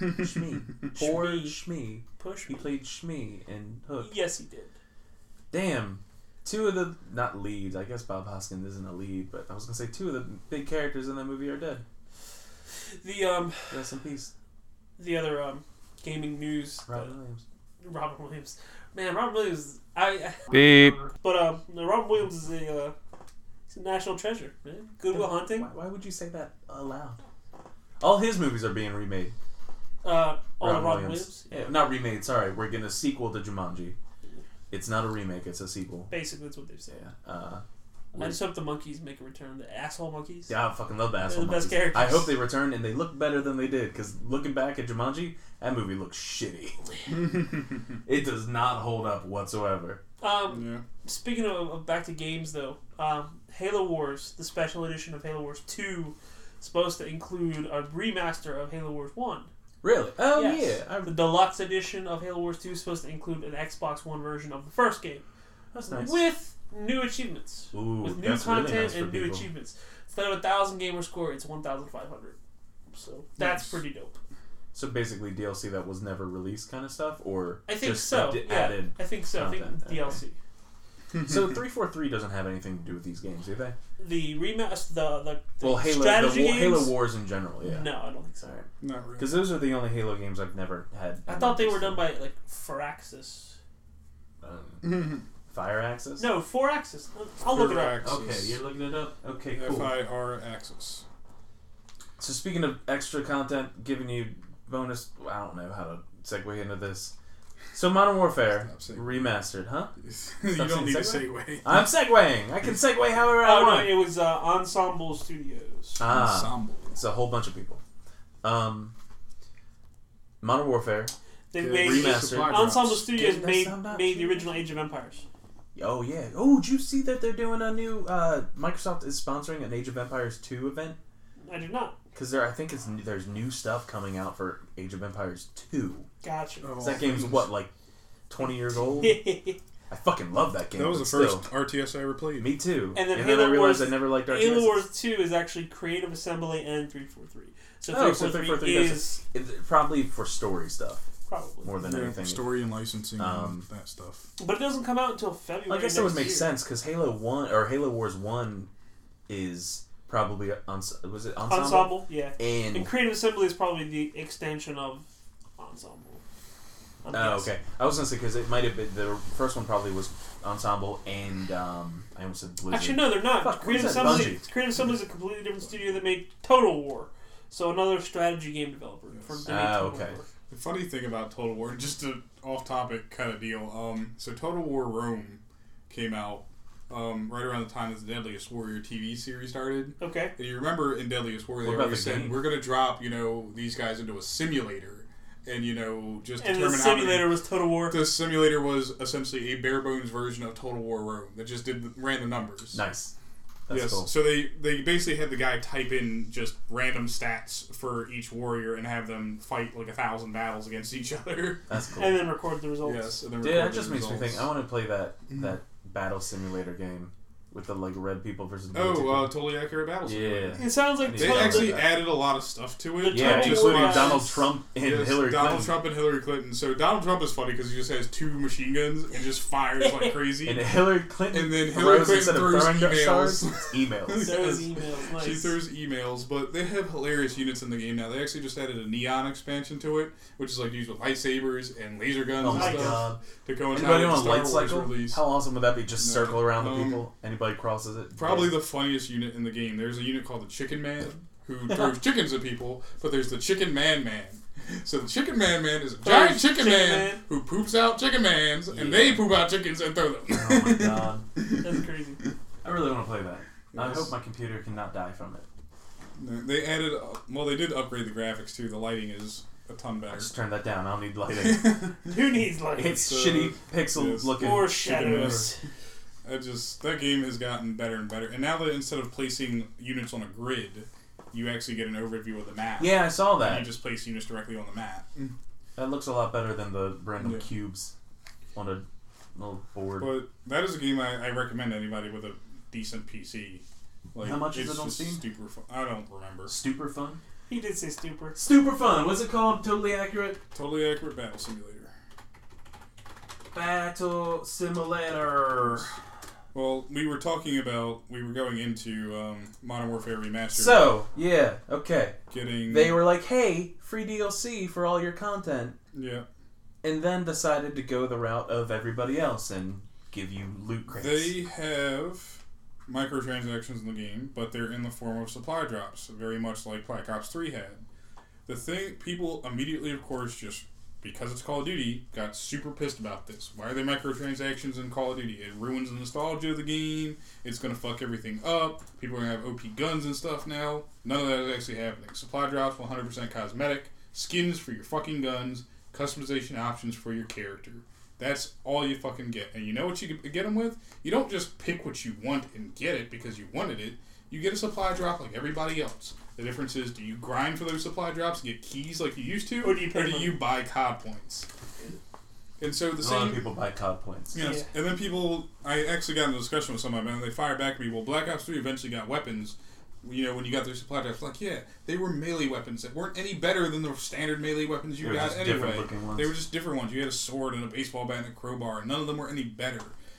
S2: Shmee. Poor
S1: Shmee.
S2: Shmee.
S1: push
S2: He
S1: me.
S2: played Shmee in Hook.
S1: Yes, he did.
S2: Damn. Two of the not leads, I guess Bob Hoskins isn't a lead, but I was gonna say two of the big characters in that movie are dead.
S1: The um,
S2: Rest in peace.
S1: the other um, gaming news.
S2: Robin
S1: uh,
S2: Williams.
S1: Robin Williams. Man, Robin Williams. I.
S4: Beep.
S1: But um, no, Robin Williams is a, uh, he's a national treasure, man. Goodwill Hunting.
S2: Why, why would you say that aloud? All his movies are being remade.
S1: Uh, all
S2: Robin
S1: of Robin
S2: Williams.
S1: Williams. Yeah.
S2: Yeah, not remade. Sorry, we're getting a sequel to Jumanji. It's not a remake. It's a sequel.
S1: Basically, that's what they've said.
S2: Yeah. Uh,
S1: I just hope the monkeys make a return. The asshole monkeys.
S2: yeah, I fucking love the asshole.
S1: the best
S2: monkeys.
S1: characters.
S2: I hope they return and they look better than they did. Because looking back at Jumanji, that movie looks shitty. it does not hold up whatsoever.
S1: Um,
S3: Yeah.
S1: speaking of, of back to games though, um, Halo Wars, the special edition of Halo Wars Two, is supposed to include a remaster of Halo Wars One.
S2: Really? Oh
S1: Yes.
S2: yeah, I,
S1: The deluxe edition of Halo Wars Two is supposed to include an Xbox One version of the first game
S2: that's nice.
S1: with new achievements.
S2: Ooh,
S1: with new
S2: that's really
S1: content
S2: nice for
S1: and new
S2: people.
S1: achievements. Instead of a thousand gamer score, it's one thousand five hundred. So that's
S3: Nice.
S1: pretty dope.
S2: So basically, DLC that was never released, kind of stuff, or
S1: I think
S2: just
S1: so.
S2: ad-
S1: yeah,
S2: added
S1: I think so.
S2: content,
S1: I think DLC.
S2: So three four three doesn't have anything to do with these games, do they?
S1: The remaster, the, the the
S2: Well, Halo,
S1: strategy
S2: the, wa-
S1: games.
S2: Halo Wars in general, yeah.
S1: No, I don't think so.
S2: Sorry,
S3: Not really.
S2: because those are the only Halo games I've never had.
S1: I thought they were done by like Firaxis.
S2: Um,
S3: Mhm.
S2: Fire Access.
S1: No, Foraxis. I'll look it up.
S2: Okay,
S3: Firaxis.
S2: you're looking it up. Okay,
S3: F
S2: cool.
S3: I R axis.
S2: So speaking of extra content, giving you bonus, I don't know how to segue into this. So Modern Warfare
S3: Stop segueing.
S2: remastered, huh?
S3: you
S2: Stop
S3: don't
S2: saying
S3: need a
S2: segue?
S3: segue.
S2: I'm segueing. I can segue however I
S1: Oh no,
S2: want.
S1: it was uh, Ensemble Studios.
S2: ah,
S3: Ensemble.
S2: it's a whole bunch of people. Um, Modern Warfare.
S1: They
S3: Yeah,
S1: made
S2: remaster.
S1: Ensemble
S3: drops.
S1: Studios
S2: Didn't that
S1: made
S2: sound not
S1: made the
S2: true?
S1: original Age of Empires.
S2: Oh yeah. Oh, did you see that they're doing a new? Uh, Microsoft is sponsoring an Age of Empires two event
S1: I did not.
S2: because there. I think it's there's new stuff coming out for Age of Empires two.
S1: Gotcha.
S3: Oh.
S2: So that game's what like twenty years old. I fucking love that game.
S3: That was the
S2: but
S3: first
S2: Still.
S3: RTS I ever played.
S2: Me too.
S1: And then
S2: and
S1: Halo
S2: I realized
S1: Wars-
S2: I never liked RTS.
S1: Halo Wars 2 is actually Creative Assembly and 343. So
S2: Oh, so
S1: 343
S2: 343
S1: is
S2: It- probably for story stuff
S1: probably.
S2: more than
S3: Yeah,
S2: anything.
S3: story and licensing
S2: Um,
S3: and that stuff.
S1: But it doesn't come out until February.
S2: I guess that would
S1: next
S2: make
S1: year.
S2: sense because Halo One or Halo Wars One is probably ons- was it ensemble,
S1: Ensemble, yeah. And
S2: and
S1: Creative Assembly is probably the extension of Ensemble. I'm
S2: oh
S1: guessing.
S2: okay I was gonna say because it might have been the first one probably was ensemble and um I almost said Blizzard.
S1: Actually, no, they're not.
S2: Fuck,
S1: Creative
S2: who's that?
S1: Assembly.
S2: Bungie.
S1: Creative Assembly is a completely different studio that made Total War. So another strategy game developer for
S3: Yes.
S1: doing
S2: Ah,
S1: Total
S2: okay.
S1: War.
S3: The funny thing about Total War, just a off-topic kind of deal. Um, so Total War Rome came out um, right around the time that the Deadliest Warrior TV series started.
S1: Okay.
S3: And you remember in Deadliest Warrior,
S2: What
S3: they
S2: about
S3: always
S2: the
S3: said
S2: game?
S3: we're going to drop you know these guys into a simulator, and you know just
S1: And the
S3: determine how many-
S1: simulator was Total War.
S3: The simulator was essentially a bare bones version of Total War Rome that just did the- ran the numbers.
S2: nice that's
S3: yes.
S2: cool
S3: So they they basically had the guy type in just random stats for each warrior and have them fight like a thousand battles against each other.
S2: that's cool
S1: And then record the results.
S3: Yes. And then
S2: dude
S3: record
S2: that
S3: the
S2: just makes me
S3: results.
S2: think I want to play that
S3: Mm-hmm.
S2: that battle simulator game with the like red people versus blue
S3: Oh,
S2: people.
S3: uh, totally accurate battle. simulator.
S2: yeah
S1: It sounds like
S2: They
S3: They
S1: Total
S3: actually
S2: Yeah.
S3: added a lot of stuff to
S1: Yeah,
S3: it.
S2: yeah
S1: Total
S2: including
S1: War.
S2: Donald Trump and
S3: Yes,
S2: Hillary
S3: Donald
S2: Clinton
S3: Trump and Hillary Clinton. So Donald Trump is funny because he just has two machine guns and just fires like crazy.
S2: and Hillary Clinton
S3: And then
S2: throws
S3: Hillary Clinton
S2: instead of
S3: throws
S2: throwing stars,
S3: emails.
S2: it's emails
S1: That was
S3: Yes.
S1: emails. Nice.
S3: She throws emails, but they have hilarious units in the game now. They actually just added a neon expansion to it, which is like used with lightsabers and laser guns
S2: oh
S3: and
S2: my
S3: stuff
S2: god
S3: to coincide
S2: Anybody
S3: with
S2: on a
S3: the Star
S2: light
S3: Wars
S2: cycle?
S3: release.
S2: How awesome would that be? Just
S3: No.
S2: circle around the
S3: Um,
S2: people. Anybody crosses it.
S3: Probably the funniest unit in the game. There's a unit called the Chicken Man who throws chickens at people, but there's the Chicken Man Man. So the Chicken Man Man is a giant chicken,
S1: Chicken
S3: man,
S1: Man.
S3: who poops out chicken mans,
S2: Yeah.
S3: and they poop out chickens and throw them.
S2: Oh my god!
S1: That's crazy.
S2: I really want to play that. I
S3: Yes.
S2: hope my computer cannot die from it.
S3: They added, uh, well, they did upgrade the graphics too. The lighting is a ton
S2: I
S3: better.
S2: just turned that down. I don't need lighting.
S1: Who needs like
S2: It's
S3: uh,
S2: shitty pixel
S3: yes.
S2: looking.
S1: more
S3: whatever.
S1: shadows?
S3: I just that game has gotten better and better. And now that instead of placing units on a grid, you actually get an overview of the map.
S2: Yeah, I saw
S3: And you
S2: that.
S3: just place units directly on the map.
S2: That looks a lot better than the random
S3: Yeah.
S2: cubes on a little board.
S3: But that is a game I, I recommend to anybody with a decent PC. Like,
S2: How much is
S3: it's
S2: it on
S3: just
S2: Steam?
S3: Super fun. I don't remember.
S2: Super fun.
S1: He did say stupor.
S2: Super fun. What's it called? Totally accurate.
S3: Totally accurate battle simulator.
S2: Battle simulator.
S3: Well, we were talking about we were going into um, Modern Warfare Remastered.
S2: So yeah, okay.
S3: getting
S2: They were like, "Hey, free DLC for all your content."
S3: yeah
S2: and then decided to go the route of everybody else and give you loot crates.
S3: They have microtransactions in the game, but they're in the form of supply drops, very much like Black Ops 3 had. The thing people immediately, of course, just because it's Call of Duty, got super pissed about this. Why are there microtransactions in Call of Duty? It ruins the nostalgia of the game. It's gonna fuck everything up. People are gonna have OP guns and stuff now. None of that is actually happening. Supply drops, 100% cosmetic, skins for your fucking guns, customization options for your character. That's all you fucking get. And you know what you get them with? You don't just pick what you want and get it because you wanted it. You get a supply drop like everybody else. The difference is, do you grind for those supply drops and get keys like you used to,
S1: Or do you pay
S3: or do
S1: money?
S3: you buy COD points? And so the
S2: a lot of
S3: same
S2: people buy COD points.
S3: Yes. And then people, I actually got in a discussion with somebody, and they fired back at me. Well, Black Ops 3 eventually got weapons. You know, when you got their supply drops, like, yeah, they were melee weapons that weren't any better than the standard melee weapons you
S2: They were
S3: got
S2: just
S3: anyway.
S2: different looking ones.
S3: They were just different ones. You had a sword and a baseball bat and a crowbar, and none of them were any better.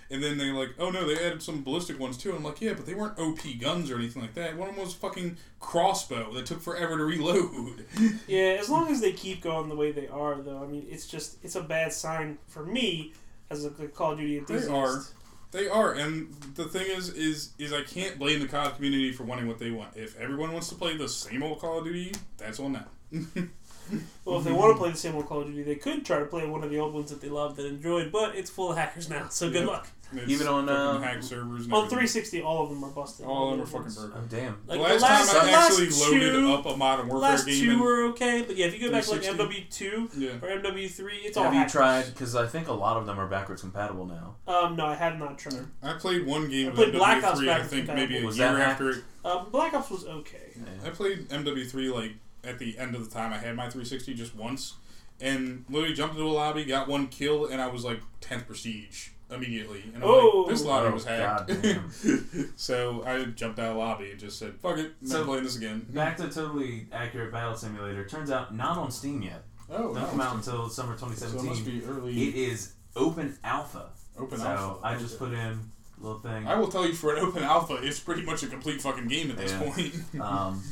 S3: And then they like, oh no, they added some ballistic ones too. And I'm like, yeah, but they weren't OP guns or anything like that. One of them was a fucking crossbow that took forever to reload.
S1: Yeah, as long as they keep going the way they are, though, I mean, it's just it's a bad sign for me as a Call of Duty enthusiast.
S3: are. They are, and the thing is, is is I can't blame the COD community for wanting what they want. If everyone wants to play the same old Call of Duty, that's on them.
S1: Well, if they want to play the same old Call of Duty, they could try to play one of the old ones that they loved and enjoyed, but it's full of hackers now, so good
S3: Yep.
S1: luck.
S3: It's
S2: Even on,
S3: fucking
S2: uh,
S3: hack servers. And
S1: On
S3: everything.
S1: 360, all of them are busted.
S3: all of them are
S1: those
S3: fucking
S1: ones.
S3: broken.
S2: Oh damn!
S1: oh, Like,
S3: the last, time I
S2: last
S3: actually loaded
S1: two-
S3: up a Modern
S1: the
S3: Warfare
S1: last
S3: game,
S1: two were okay, but yeah, if you go back to like
S3: 360.
S1: MW2
S3: and, yeah,
S1: or MW3, it's all
S2: Have you
S1: hackers.
S2: tried? Because I think a lot of them are backwards compatible now.
S1: Um, no, I have not tried.
S3: I played one game
S1: I
S3: of
S1: played
S3: MW3.
S1: Black Ops
S3: I
S1: back
S3: think
S1: in the
S3: maybe a
S2: Was
S3: year
S2: that
S3: after. It,
S1: Um, Black Ops was okay.
S3: I played MW3 like at the end of the time I had my 360 just once, and literally jumped into a lobby, got one kill, and I was like 10th prestige. immediately. And I'm
S1: Oh.
S3: like, this lobby
S2: Oh,
S3: was hacked.
S2: goddamn.
S3: so I jumped out of the lobby and just said, fuck it, I'm
S2: So-
S3: not playing this again.
S2: Back to totally accurate battle simulator. Turns out not on Steam yet.
S3: Oh,
S2: Don't come out until summer 2017.
S3: So it must be early
S2: It is open alpha.
S3: open
S2: so
S3: alpha.
S2: I just put in a little thing.
S3: I will tell you for an open alpha, it's pretty much a complete fucking game at this
S2: Yeah.
S3: point.
S2: Um,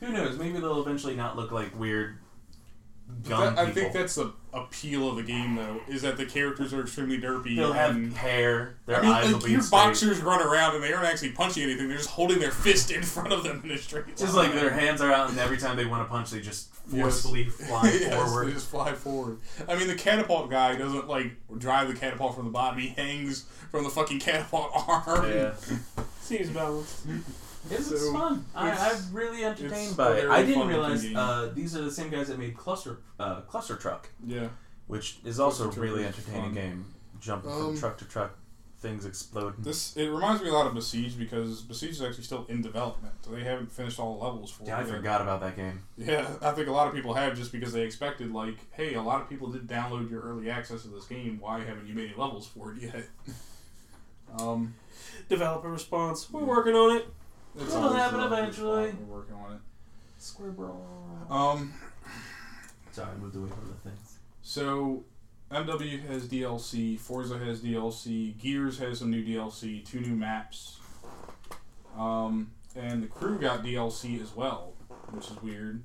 S2: who knows? Maybe they'll eventually not look like weird gun
S3: That- I
S2: people.
S3: think that's the appeal of the game, though, is that the characters are extremely derpy.
S2: They'll have
S3: and-
S2: hair. Their
S3: I mean,
S2: eyes
S3: like,
S2: will be
S3: your
S2: straight.
S3: boxers run around and they aren't actually punching anything. They're just holding their fist in front of them in a straight
S2: Just
S3: line.
S2: like their hands are out, and every time they want to punch, they just
S3: Yes.
S2: forcefully fly
S3: Yes, They
S2: forward.
S3: just fly forward. I mean, the catapult guy doesn't like drive the catapult from the bottom. He hangs from the fucking catapult arm.
S2: Yeah,
S1: Seems balanced.
S2: it's, it's
S3: So,
S2: fun. I,
S3: it's-
S2: I'm really entertained
S3: it's
S2: by
S3: a
S2: it.
S3: very
S2: I didn't
S3: fun looking
S2: realize
S3: game.
S2: uh, these are the same guys that made Cluster uh, Cluster Truck,
S3: Yeah.
S2: which is also a
S3: Cluster Truck
S2: really
S3: is
S2: entertaining
S3: fun.
S2: game. Jumping
S3: Um,
S2: from truck to truck, things exploding.
S3: This it reminds me a lot of Besiege because Besiege is actually still in development. They haven't finished all the levels for
S2: Yeah, I
S3: it. yet.
S2: forgot about that game.
S3: Yeah, I think a lot of people have just because they expected like, hey, a lot of people did download your early access of this game. Why haven't you made any levels for it yet? um,
S1: Developer response. We're working on it.
S3: it's
S2: It'll
S3: always
S2: happen
S3: developers'
S2: eventually.
S3: fault. We're working on it.
S2: Square Brawl.
S3: Um,
S2: Sorry, I moved away from the things.
S3: So, MW has DLC, Forza has DLC, Gears has some new DLC, two new maps, um, and the crew got DLC as well, which is weird.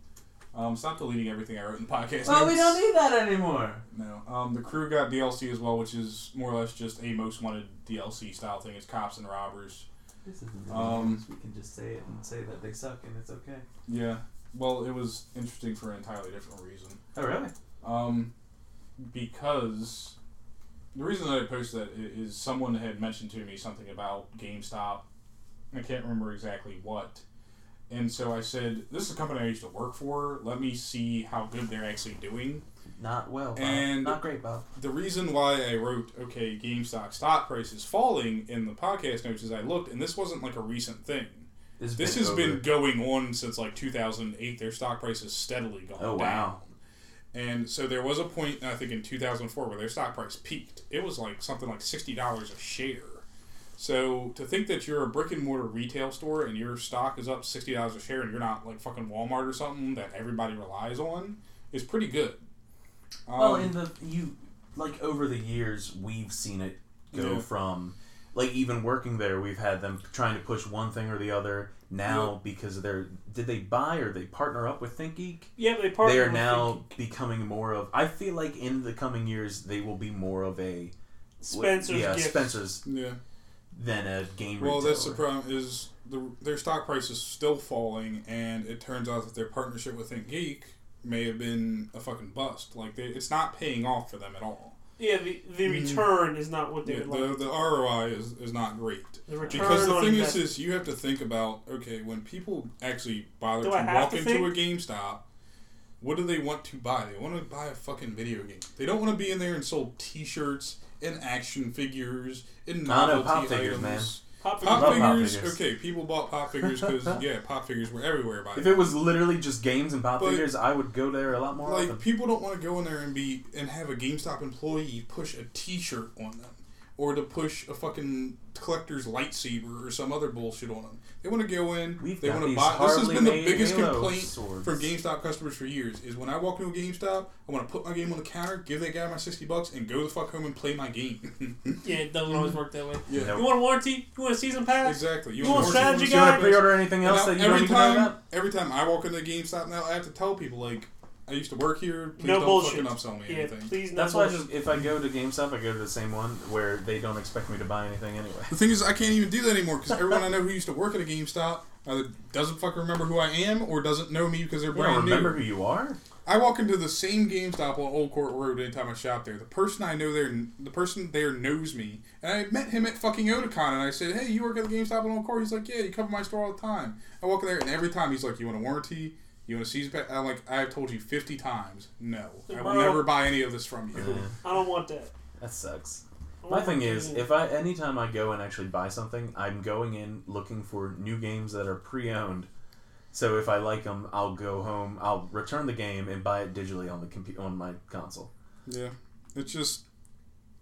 S3: Um, stop deleting everything I wrote in the podcast.
S2: Well, we
S3: notes.
S2: don't need that anymore.
S3: No, um, the crew got DLC as well, which is more or less just a most wanted DLC style thing. It's cops and robbers.
S2: This isn't
S3: Um,
S2: um, we can just say it and say that they suck and it's okay.
S3: Yeah. Well, it was interesting for an entirely different reason.
S2: Oh really?
S3: Um, because the reason that I posted that i- is someone had mentioned to me something about GameStop. I can't remember exactly what. And so I said, this is a company I used to work for. Let me see how good they're actually doing.
S2: Not well. Bob.
S3: And-
S2: not great, Bob.
S3: The reason why I wrote, okay, GameStop stock price is falling in the podcast notes is I looked, and this wasn't like a recent thing. This has been going on since like 2008. Their stock price has steadily gone
S2: Oh,
S3: down.
S2: wow.
S3: And so there was a point, I think in 2004, where their stock price peaked. It was like something like $60 a share. So to think that you're a brick and mortar retail store and your stock is up $60 a share and you're not like fucking Walmart or something that everybody relies on is pretty good. Um,
S2: well, in the you like over the years we've seen it go
S3: Yeah.
S2: from like even working there, we've had them trying to push one thing or the other. Now because they're did they buy or they partner up with ThinkGeek?
S1: Yeah, they partnered.
S2: They are
S1: with
S2: now
S1: Think-
S2: becoming more of. I feel like in the coming years they will be more of a
S1: Spencer's
S2: yeah
S1: gift.
S2: Spencer's
S3: yeah.
S2: than a game.
S3: Well, that's the
S2: retailer.
S3: problem is the, their stock price is still falling, and it turns out that their partnership with ThinkGeek may have been a fucking bust. Like they, it's not paying off for them at all.
S1: Yeah, the, the
S3: Mm.
S1: return is not what they
S3: Yeah,
S1: would like.
S3: the, the ROI is, is not great.
S1: The return
S3: Because the
S1: on
S3: thing is,
S1: investment.
S3: is you have to think about okay, when people actually bother
S1: Do
S3: to
S1: I have
S3: walk
S1: to
S3: into
S1: think?
S3: a GameStop, what do they want to buy? They want to buy a fucking video game. They don't want to be in there and sold T-shirts and action figures and
S2: I know,
S3: novelty
S2: pop
S3: items.
S2: figures, man.
S1: Pop
S3: Pop
S2: Love pop
S3: figures,
S2: figures.
S3: Okay, people bought pop figures because yeah, pop figures were everywhere by
S2: If
S3: then.
S2: it was literally just games and pop
S3: But-
S2: figures, I would go there a lot more
S3: Like
S2: often.
S3: people don't want to go in there and be and have a GameStop employee push a T-shirt on them, or to push a fucking collector's lightsaber or some other bullshit on them. They want to go in.
S2: We've
S3: they
S2: got
S3: want to
S2: these
S3: buy. This has
S2: hardly
S3: been the
S2: made
S3: biggest
S2: Halo
S3: complaint
S2: swords.
S3: from GameStop customers for years. Is when I walk into a GameStop, I want to put my game on the counter, give that guy my sixty bucks, and go the fuck home and play my game.
S1: Yeah, it doesn't always work that way.
S3: Mm. yeah,
S2: Nope.
S1: You want a warranty? You want a season pass?
S3: exactly.
S1: You want
S3: more
S1: strategy
S3: games?
S2: Do you want
S1: guys-
S2: to pre-order anything else
S3: And
S2: that
S3: now
S2: you don't
S3: every
S2: even know
S3: time,
S2: about?
S3: every time I walk into GameStop now, I have to tell people like, I used to work here. Please
S1: No
S3: don't
S1: bullshit.
S3: fucking upsell me
S1: Yeah,
S3: anything.
S1: please. no
S2: That's why I
S1: bullshit.
S2: just if I go to GameStop, I go to the same one where they don't expect me to buy anything anyway.
S3: The thing is, I can't even do that anymore because everyone I know who used to work at a GameStop either doesn't fucking remember who I am or doesn't know me because they're
S2: You don't
S3: brand
S2: remember
S3: new.
S2: who you are?
S3: I walk into the same GameStop on Old Court Road anytime I shop there. The person I know there, the person there knows me, and I met him at fucking Otakon, and I said, "Hey, you work at the GameStop on Old Court?" He's like, "Yeah, you cover my store all the time." I walk in there, and every time he's like, "You want a warranty?" You want a season pass? I'm like, I've told you 50 times, no. I will
S1: Bro.
S3: never buy any of this from you.
S2: Yeah,
S1: I don't want that.
S2: that sucks.
S1: I
S2: My
S1: want
S2: thing
S1: that.
S2: is, if I anytime I go and actually buy something, I'm going in looking for new games that are pre-owned. So if I like them, I'll go home. I'll return the game and buy it digitally on the compu- on my console.
S3: Yeah, it's just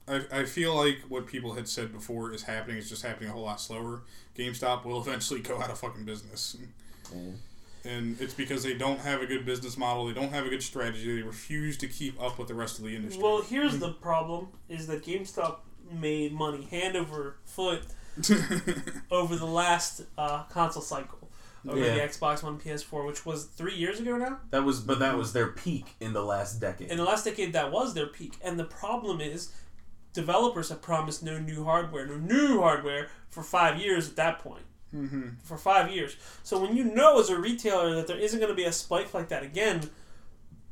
S3: I, I feel like what people had said before is happening. It's just happening a whole lot slower. GameStop will eventually go out of fucking business.
S2: Yeah.
S3: And it's because they don't have a good business model. They don't have a good strategy. They refuse to keep up with the rest of the industry.
S1: Well,
S3: Mm.
S1: here's the problem: is that GameStop made money hand over foot over the last uh, console cycle over the
S2: Yeah.
S1: Xbox One, PS4, which was three years ago now.
S2: That was, but that was their peak in the last decade.
S1: In the last decade, that was their peak, and the problem is, developers have promised no new hardware, no new hardware for five years. At that point,
S3: mm-hmm.
S1: for five years, so when you know as a retailer that there isn't going to be a spike like that again,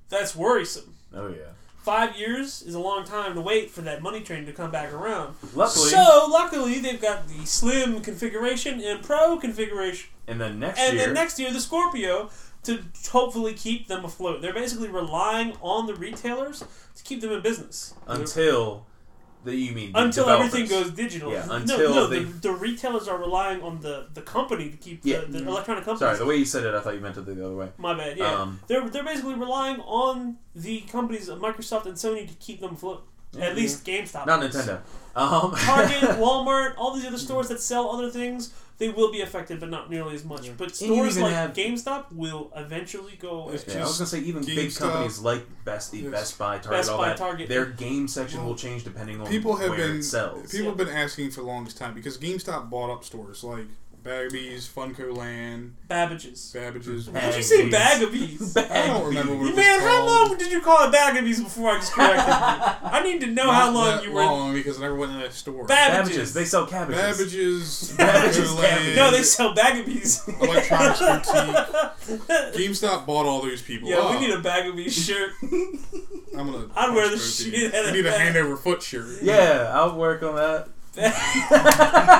S1: that's worrisome.
S2: oh yeah.
S1: Five years is a long time to wait for that money train to come back around.
S2: Luckily,
S1: So luckily, they've got the slim configuration and pro configuration,
S2: and then next
S1: and
S2: year,
S1: then next year the Scorpio to hopefully keep them afloat. They're basically relying on the retailers to keep them in business
S2: until the you mean the
S1: until
S2: developers.
S1: everything goes digital.
S2: Yeah,
S1: No,
S2: until
S1: no,
S2: they-
S1: the, the retailers are relying on the, the company to keep
S2: Yeah.
S1: the, the electronic companies.
S2: Sorry, the way you said it, I thought you meant it the other way.
S1: My bad. Yeah,
S2: Um,
S1: they're they're basically relying on the companies of Microsoft and Sony to keep them afloat. At least GameStop.
S2: Mm-hmm. Not
S1: is.
S2: Nintendo. Um,
S1: Target, Walmart, all these other stores that sell other things, they will be affected, but not nearly as much. But
S2: And you
S1: stores
S2: even
S1: like
S2: have-
S1: GameStop will eventually go away.
S3: It's
S2: Yeah, I was
S3: just
S2: gonna say even big
S3: GameStop.
S2: companies like Best E,
S3: Yes.
S2: Best Buy, Target,
S1: Best
S2: all
S1: Buy,
S2: that,
S1: Target.
S2: their game section will change depending on
S3: people have
S2: where
S3: been-
S2: it sells.
S3: People have been asking for the longest time because GameStop bought up stores like Bagby's, Funko Land,
S1: Babbage's.
S3: Babbage's.
S1: Did you
S2: Baggies.
S1: say Baggabees?
S3: I don't remember what it was
S1: Man, how
S3: called.
S1: long did you call it Baggabees before I just corrected you? I need to know
S3: Not
S1: how long
S3: that
S1: you were.
S3: long because I never went to that store.
S1: Babbage's.
S2: Cabbages. They sell cabbages.
S3: Babbage's,
S2: Babbage's
S3: Funko
S2: cabbages.
S1: No, they
S3: Land,
S1: sell Baggabees.
S3: Electronics Boutique. GameStop bought all those people.
S1: yeah,
S3: up.
S1: we need a Baggabees shirt.
S3: I'm gonna.
S1: I'd wear the
S3: punch both of
S1: shit
S3: you.
S1: out of
S3: We need a
S1: that.
S3: handover foot shirt.
S2: Yeah, I'll work on that.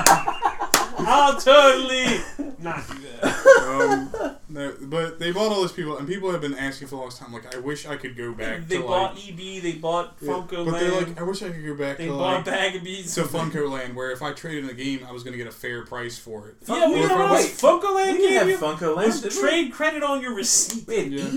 S1: I'll totally not do that.
S3: um, no, but they bought all those people, and people have been asking for the longest time. Like, I wish I could go back.
S1: They
S3: to
S1: bought
S3: like,
S1: EB, they bought
S3: yeah,
S1: Funko
S3: But they're
S1: Land,
S3: like, I wish I could go back
S1: they
S3: to
S1: bought
S3: like
S1: Baggabees.
S3: to Funko Land, where if I traded in a game, I was gonna get a fair price for it.
S1: yeah, we don't
S3: Or if I
S1: know
S3: was-
S1: what Funko Land
S2: We didn't
S1: gave you?
S2: have Funko Land.
S1: Was
S2: did we?
S1: trade credit on your receipt.
S2: We had
S3: Yeah.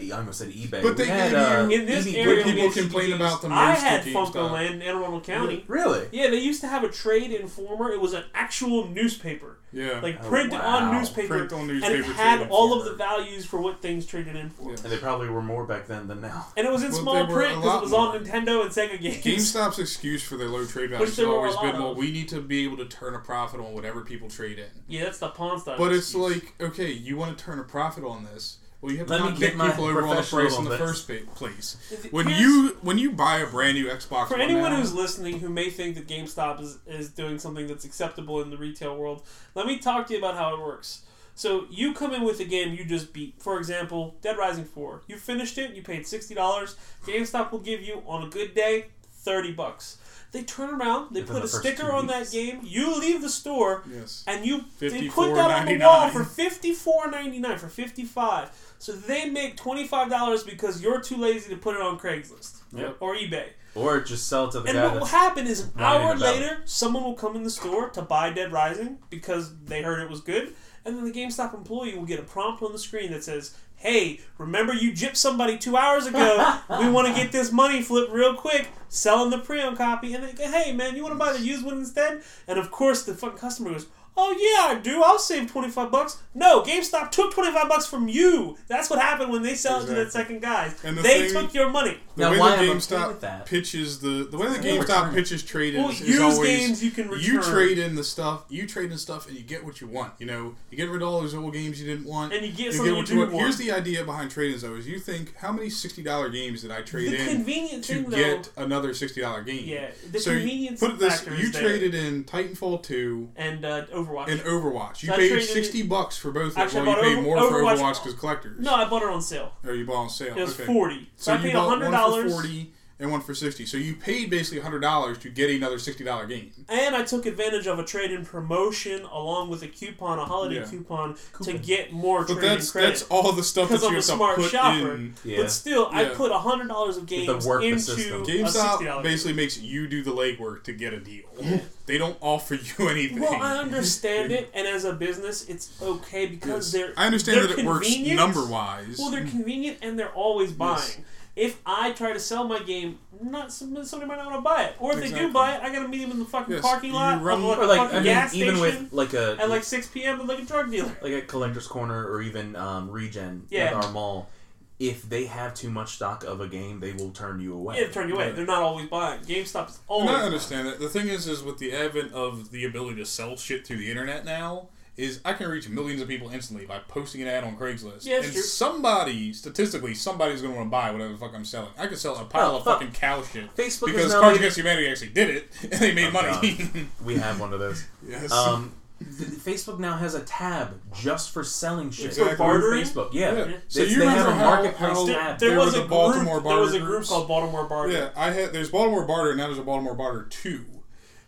S2: e- yeah, I almost said eBay.
S3: But
S2: we
S3: they
S2: had,
S3: give you-
S2: uh,
S1: In this
S2: EB
S1: area, E
S3: people
S1: we had
S3: complain
S1: CDs.
S3: about the
S1: I
S3: most
S1: had
S3: to GameStop.
S1: Funko Land in Arundel County.
S2: Really?
S1: Yeah, they used to have a trade informer. It was an actual newspaper,
S3: Yeah,
S1: like
S2: Oh,
S1: printed on
S2: wow.
S1: newspaper,
S3: print on newspaper.
S1: and it had
S3: trading
S1: all of
S3: for
S1: the
S3: it.
S1: values for what things traded in for.
S3: Yeah.
S2: And they probably were more back then than now.
S1: And it was in
S3: Well,
S1: small
S3: they were
S1: print
S3: a
S1: because it
S3: lot
S1: was
S3: more.
S1: on Nintendo and Sega games.
S3: GameStop's excuse for their low trade values has
S1: there were a
S3: always
S1: lot
S3: been, well,
S1: of.
S3: we need to be able to turn a profit on whatever people trade in.
S1: Yeah, that's the Pawn Stars.
S3: But it's like, okay, you want to turn a profit on this. Well, you have
S2: Let
S3: to
S2: me
S3: not
S2: get
S3: dick
S2: my
S3: people over on the
S2: professional
S3: price in
S2: on
S3: the
S2: this.
S3: first pa- place.
S1: Is it-
S3: When
S1: here's-
S3: you when you buy a brand new Xbox,
S1: For
S3: One
S1: anyone
S3: now-
S1: who's listening who may think that GameStop is, is doing something that's acceptable in the retail world, let me talk to you about how it works. So you come in with a game you just beat. For example, Dead Rising 4. You finished it, you paid $60. GameStop will give you, on a good day, 30 bucks. They turn around, they put
S2: Within the
S1: a
S2: first
S1: sticker
S2: two
S1: on that
S2: weeks.
S1: game, you leave the store,
S3: yes,
S1: and you they put that on the
S3: $54.99.
S1: wall for fifty four ninety nine for fifty five. So they make twenty five dollars because you're too lazy to put it on Craigslist
S2: Yep.
S1: or eBay.
S2: Or just sell it to the
S1: And
S2: guy
S1: what will
S2: that's
S1: happen is an
S2: whining
S1: hour
S2: about
S1: later, someone will come in the store to buy Dead Rising because they heard it was good, and then the GameStop employee will get a prompt on the screen that says, "Hey, remember you gypped somebody two hours ago? we want to get this money flip real quick. Selling the pre-owned copy." And they go, "Hey, man, you want to buy the used one instead?" And of course, the fucking customer goes. Oh yeah, I do. I'll save twenty five bucks. No, GameStop took twenty five bucks from you. That's what happened when they sell it to that second guy.
S3: And the
S1: they
S3: thing-
S1: took your money.
S3: the
S2: Now,
S3: way
S2: why
S3: the
S2: am I okay with
S3: GameStop
S2: that?
S3: pitches the the way the
S2: It's more
S3: GameStop
S2: return.
S3: pitches trade in
S1: Well,
S3: is,
S1: used
S3: always
S1: games you can return.
S3: you trade in the stuff, you trade in stuff, and you get what you want. You know, you get rid of all those old games you didn't want.
S1: And you get
S3: You
S1: something
S3: get
S1: you
S3: what
S1: do
S3: you want.
S1: want.
S3: Here's the idea behind trade-ins, though: is you think how many sixty dollar games did I trade
S1: the
S3: in
S1: convenient
S3: to
S1: thing,
S3: get another sixty dollar game?
S1: though, yeah, the
S3: so
S1: convenience
S3: you, put it this:
S1: factor
S3: you
S1: is there.
S3: traded in Titanfall two
S1: and uh, Overwatch.
S3: and Overwatch. You
S1: So I
S3: paid
S1: traded in-
S3: sixty bucks for both. of
S1: Actually, I
S3: them. Well,
S1: bought
S3: you paid
S1: Over-
S3: more
S1: Overwatch-
S3: for Overwatch because collectors.
S1: no, I bought it on sale.
S3: or you bought on sale.
S1: It was
S3: okay.
S1: forty, so, I
S3: you
S1: paid
S3: bought
S1: hundred
S3: one for
S1: dollars,
S3: forty and one for sixty. So you paid basically hundred dollars to get another sixty dollar game.
S1: and I took advantage of a trade-in promotion along with a coupon, a holiday
S3: Yeah.
S1: coupon, to
S2: Coupon.
S1: get more
S3: But
S1: trade-in
S3: that's
S1: credit.
S3: that's all the stuff that
S1: Because
S3: you
S1: I'm a
S3: have to
S1: smart
S3: put
S1: shopper.
S3: in.
S2: yeah.
S1: But still, I
S3: Yeah.
S1: put hundred dollars of games
S2: work the
S1: into
S2: system.
S1: a sixty
S3: GameStop
S1: dollars.
S3: basically makes you do the legwork to get a deal. they don't offer you anything.
S1: Well, I understand it, and as a business, it's okay because
S3: Yes.
S1: they're
S3: I understand
S1: they're
S3: that it works
S1: convenient.
S3: number wise.
S1: Well, they're convenient and they're always buying. If I try to sell my game, not some- somebody might not want to buy it, or if they do
S3: Exactly.
S1: buy it, I gotta meet them in the fucking
S3: Yes,
S1: parking
S3: you
S1: lot,
S3: run-
S1: of a
S2: Or like
S1: fucking
S2: I mean,
S1: gas
S2: even
S1: station
S2: with like a
S1: at like 6 p.m. with like a drug dealer.
S2: like at Collector's Corner or even um, Regen
S1: Yeah.
S2: at our mall, if they have too much stock of a game, they will turn you away.
S1: Yeah, they turn you away.
S3: Right.
S1: They're not always buying. GameStop is
S3: And
S1: always.
S3: I understand that. The thing is, is with the advent of the ability to sell shit through the internet now, is I can reach millions of people instantly by posting an ad on Craigslist.
S1: Yeah, it's
S3: and
S1: true.
S3: somebody, statistically, somebody's going to want to buy whatever the fuck I'm selling. I could sell a pile
S2: Oh,
S3: of
S2: fuck.
S3: fucking cow shit.
S2: Facebook
S3: because
S2: is now
S3: Cards
S2: made-
S3: Against Humanity actually did it, and they made
S2: Oh,
S3: money.
S2: we have one of those.
S3: yes.
S2: Um, th- Facebook now has a tab just for selling shit.
S3: Exactly.
S1: For bartering?
S2: Facebook, yeah.
S3: Yeah. So
S2: They-
S3: you
S2: they have
S3: remember
S2: a
S3: how-
S2: marketplace
S3: how-
S1: There,
S2: tab.
S1: there
S3: There
S1: was
S3: was
S1: a
S3: the Baltimore
S1: group. There was a
S3: Bartenders.
S1: group called Baltimore Barter.
S3: yeah, I had. There's Baltimore Barter, and now there's a Baltimore Barter two,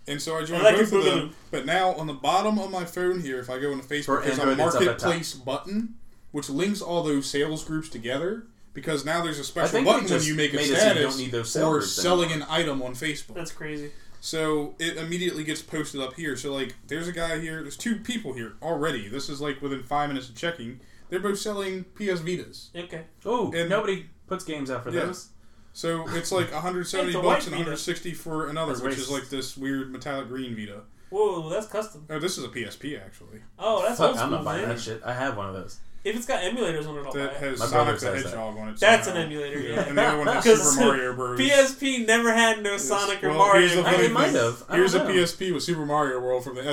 S3: and so I joined
S1: like
S3: both
S1: your
S3: of them.
S1: Boogaloo.
S3: But now on the bottom of my phone here, if I go into
S2: For
S3: Facebook, there's a
S2: Android, it's up at top.
S3: marketplace button which links all those sales groups together. Because now there's a
S2: I
S3: special
S2: think they
S3: button when
S2: just
S3: you make a
S2: made it so you
S3: status
S2: don't need those sale
S3: or
S2: groups
S3: selling an item on Facebook.
S1: That's crazy.
S3: So it immediately gets posted up here. So like, there's a guy here. There's two people here already. This is like within five minutes of checking. They're both selling PS Vitas.
S1: Okay.
S2: Oh,
S3: And-
S2: nobody puts games out for
S3: Yeah.
S2: those.
S3: So it's like 170
S1: It's a white
S3: bucks and
S1: Vita.
S3: 160 for another,
S2: That's
S3: which
S2: racist.
S3: is like this weird metallic green Vita.
S1: Whoa, that's custom.
S3: Oh, this is a PSP actually.
S1: Oh, that's
S2: Fuck,
S1: old
S2: I'm
S1: school,
S2: not buying
S1: man.
S2: that shit. I have one of those.
S1: If it's got emulators on it, I'll
S3: That
S1: buy it.
S3: has
S2: My brother
S3: Sonic the
S2: says that.
S3: Hedgehog on it.
S1: Oh, That's
S3: somehow.
S1: an emulator, yeah.
S3: And the other one has
S1: 'Cause
S3: Super Mario Bros.
S1: PSP never had no
S3: Yes.
S1: Sonic or
S3: Well,
S1: Mario.
S3: here's the
S2: I-
S3: funny
S2: it might
S3: thing.
S2: have. I
S3: Here's a
S2: don't know.
S3: PSP with Super Mario World from the E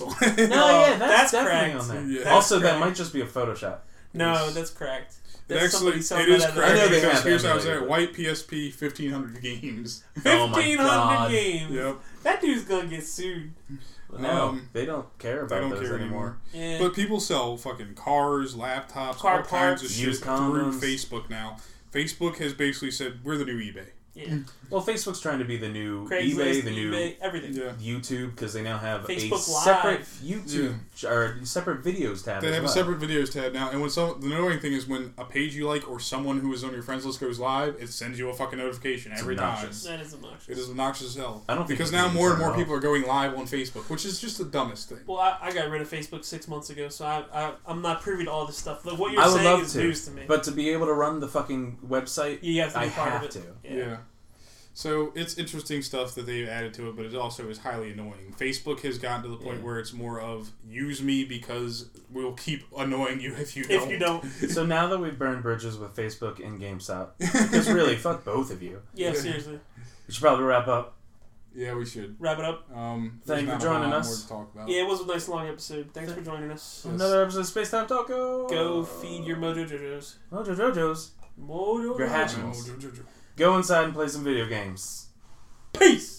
S3: on it.
S2: No, yeah, Oh, that's,
S1: that's
S2: definitely
S1: cracked.
S2: on there.
S3: Yeah.
S1: That's
S2: also, that
S1: cracked.
S2: might just be a Photoshop.
S1: no,
S3: Yes.
S1: that's correct.
S3: It
S1: That's
S3: actually,
S1: somebody selling
S3: it is
S1: that at a-
S2: I know
S3: correct
S2: they
S3: because
S2: have
S3: here's how it's
S2: emulator,
S3: at.
S2: but-
S3: White PSP, 1500 games.
S2: Oh my
S1: 1500
S2: God.
S1: games.
S3: Yep.
S1: That dude's gonna get sued.
S2: No,
S3: Um,
S2: they don't care
S3: I
S2: about
S3: don't
S2: those
S3: care
S2: anymore.
S1: Yeah.
S3: anymore. But people sell fucking cars, laptops,
S1: Car
S3: all kinds of
S1: parts.
S3: shit
S2: Used
S3: through
S2: condoms.
S3: Facebook now. Facebook has basically said, we're the new eBay.
S1: yeah.
S2: Well, Facebook's trying to be the new
S1: Craigslist,
S2: eBay, the new
S1: eBay, everything.
S3: Yeah.
S2: YouTube because they now have
S1: Facebook
S2: a
S1: Live.
S2: separate YouTube or separate videos tab.
S3: They
S2: as
S3: have a
S2: well.
S3: separate videos tab now, and when some the annoying thing is when a page you like or someone who is on your friends list goes live, it sends you a fucking notification every time.
S2: obnoxious.
S1: That is obnoxious.
S3: It is obnoxious as hell.
S2: I don't think
S3: because
S2: you can
S3: now more and
S2: turn it
S3: more
S2: off.
S3: people are going live on Facebook, which is just the dumbest thing.
S1: Well, I, I got rid of Facebook six months ago, so I, I I'm not privy to all this stuff. Like, what you're
S2: I would
S1: saying
S2: love
S1: is
S2: to,
S1: news to me.
S2: But to be able to run the fucking website,
S1: you have to be
S2: I
S1: part
S2: have
S1: of it.
S2: to.
S3: Yeah. So it's interesting stuff that they've added to it, but it also is highly annoying. Facebook has gotten to the point
S2: Yeah.
S3: where it's more of use me because we'll keep annoying you if you
S1: If you don't,
S2: so now that we've burned bridges with Facebook and GameStop, because really, fuck both of you.
S1: yeah,
S3: Yeah.
S1: seriously,
S2: We should probably wrap up.
S3: Yeah, we should.
S1: wrap it up.
S3: Um,
S2: Thank you
S3: there's not
S2: for
S3: a whole
S2: joining
S3: lot
S2: us.
S3: more to talk
S2: Oh.
S3: about.
S1: Yeah, it was a nice long episode. Thanks
S2: Th-
S1: for joining us.
S3: Yes.
S2: Another episode of Space Time Taco.
S1: Go feed your Mojo Jojos.
S2: Mojo Jojo's.
S1: Mojo Jojos.
S2: Your hatch-
S3: Oh, jo- jo- jo-
S2: Go inside and play some video games.
S1: Peace.